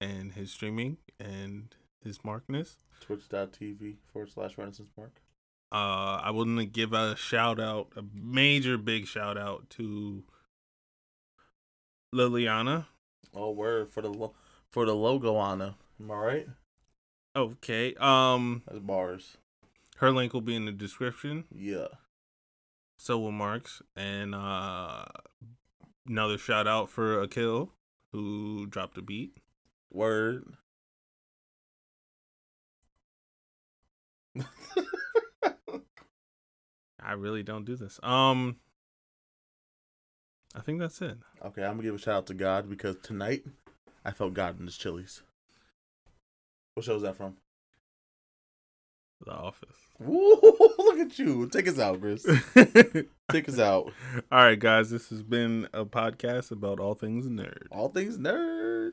B: and his streaming and his markness.
A: Twitch.tv forward slash Renaissance Mark.
B: Uh, I want to give a shout out, a major big shout out to Liliana.
A: Oh, word for the lo- for the logo on it. Am I right?
B: Okay. Um,
A: That's bars.
B: her link will be in the description.
A: Yeah.
B: So will Mark's. And uh, another shout out for Akil, who dropped a beat.
A: Word.
B: I really don't do this. Um, I think that's it.
A: Okay, I'm gonna give a shout out to God because tonight I felt God in his chilies. What show is that from?
B: The office.
A: Woo! Look at you. Take us out, Chris. Take us out.
B: all right, guys. This has been a podcast about all things nerd.
A: All things nerd.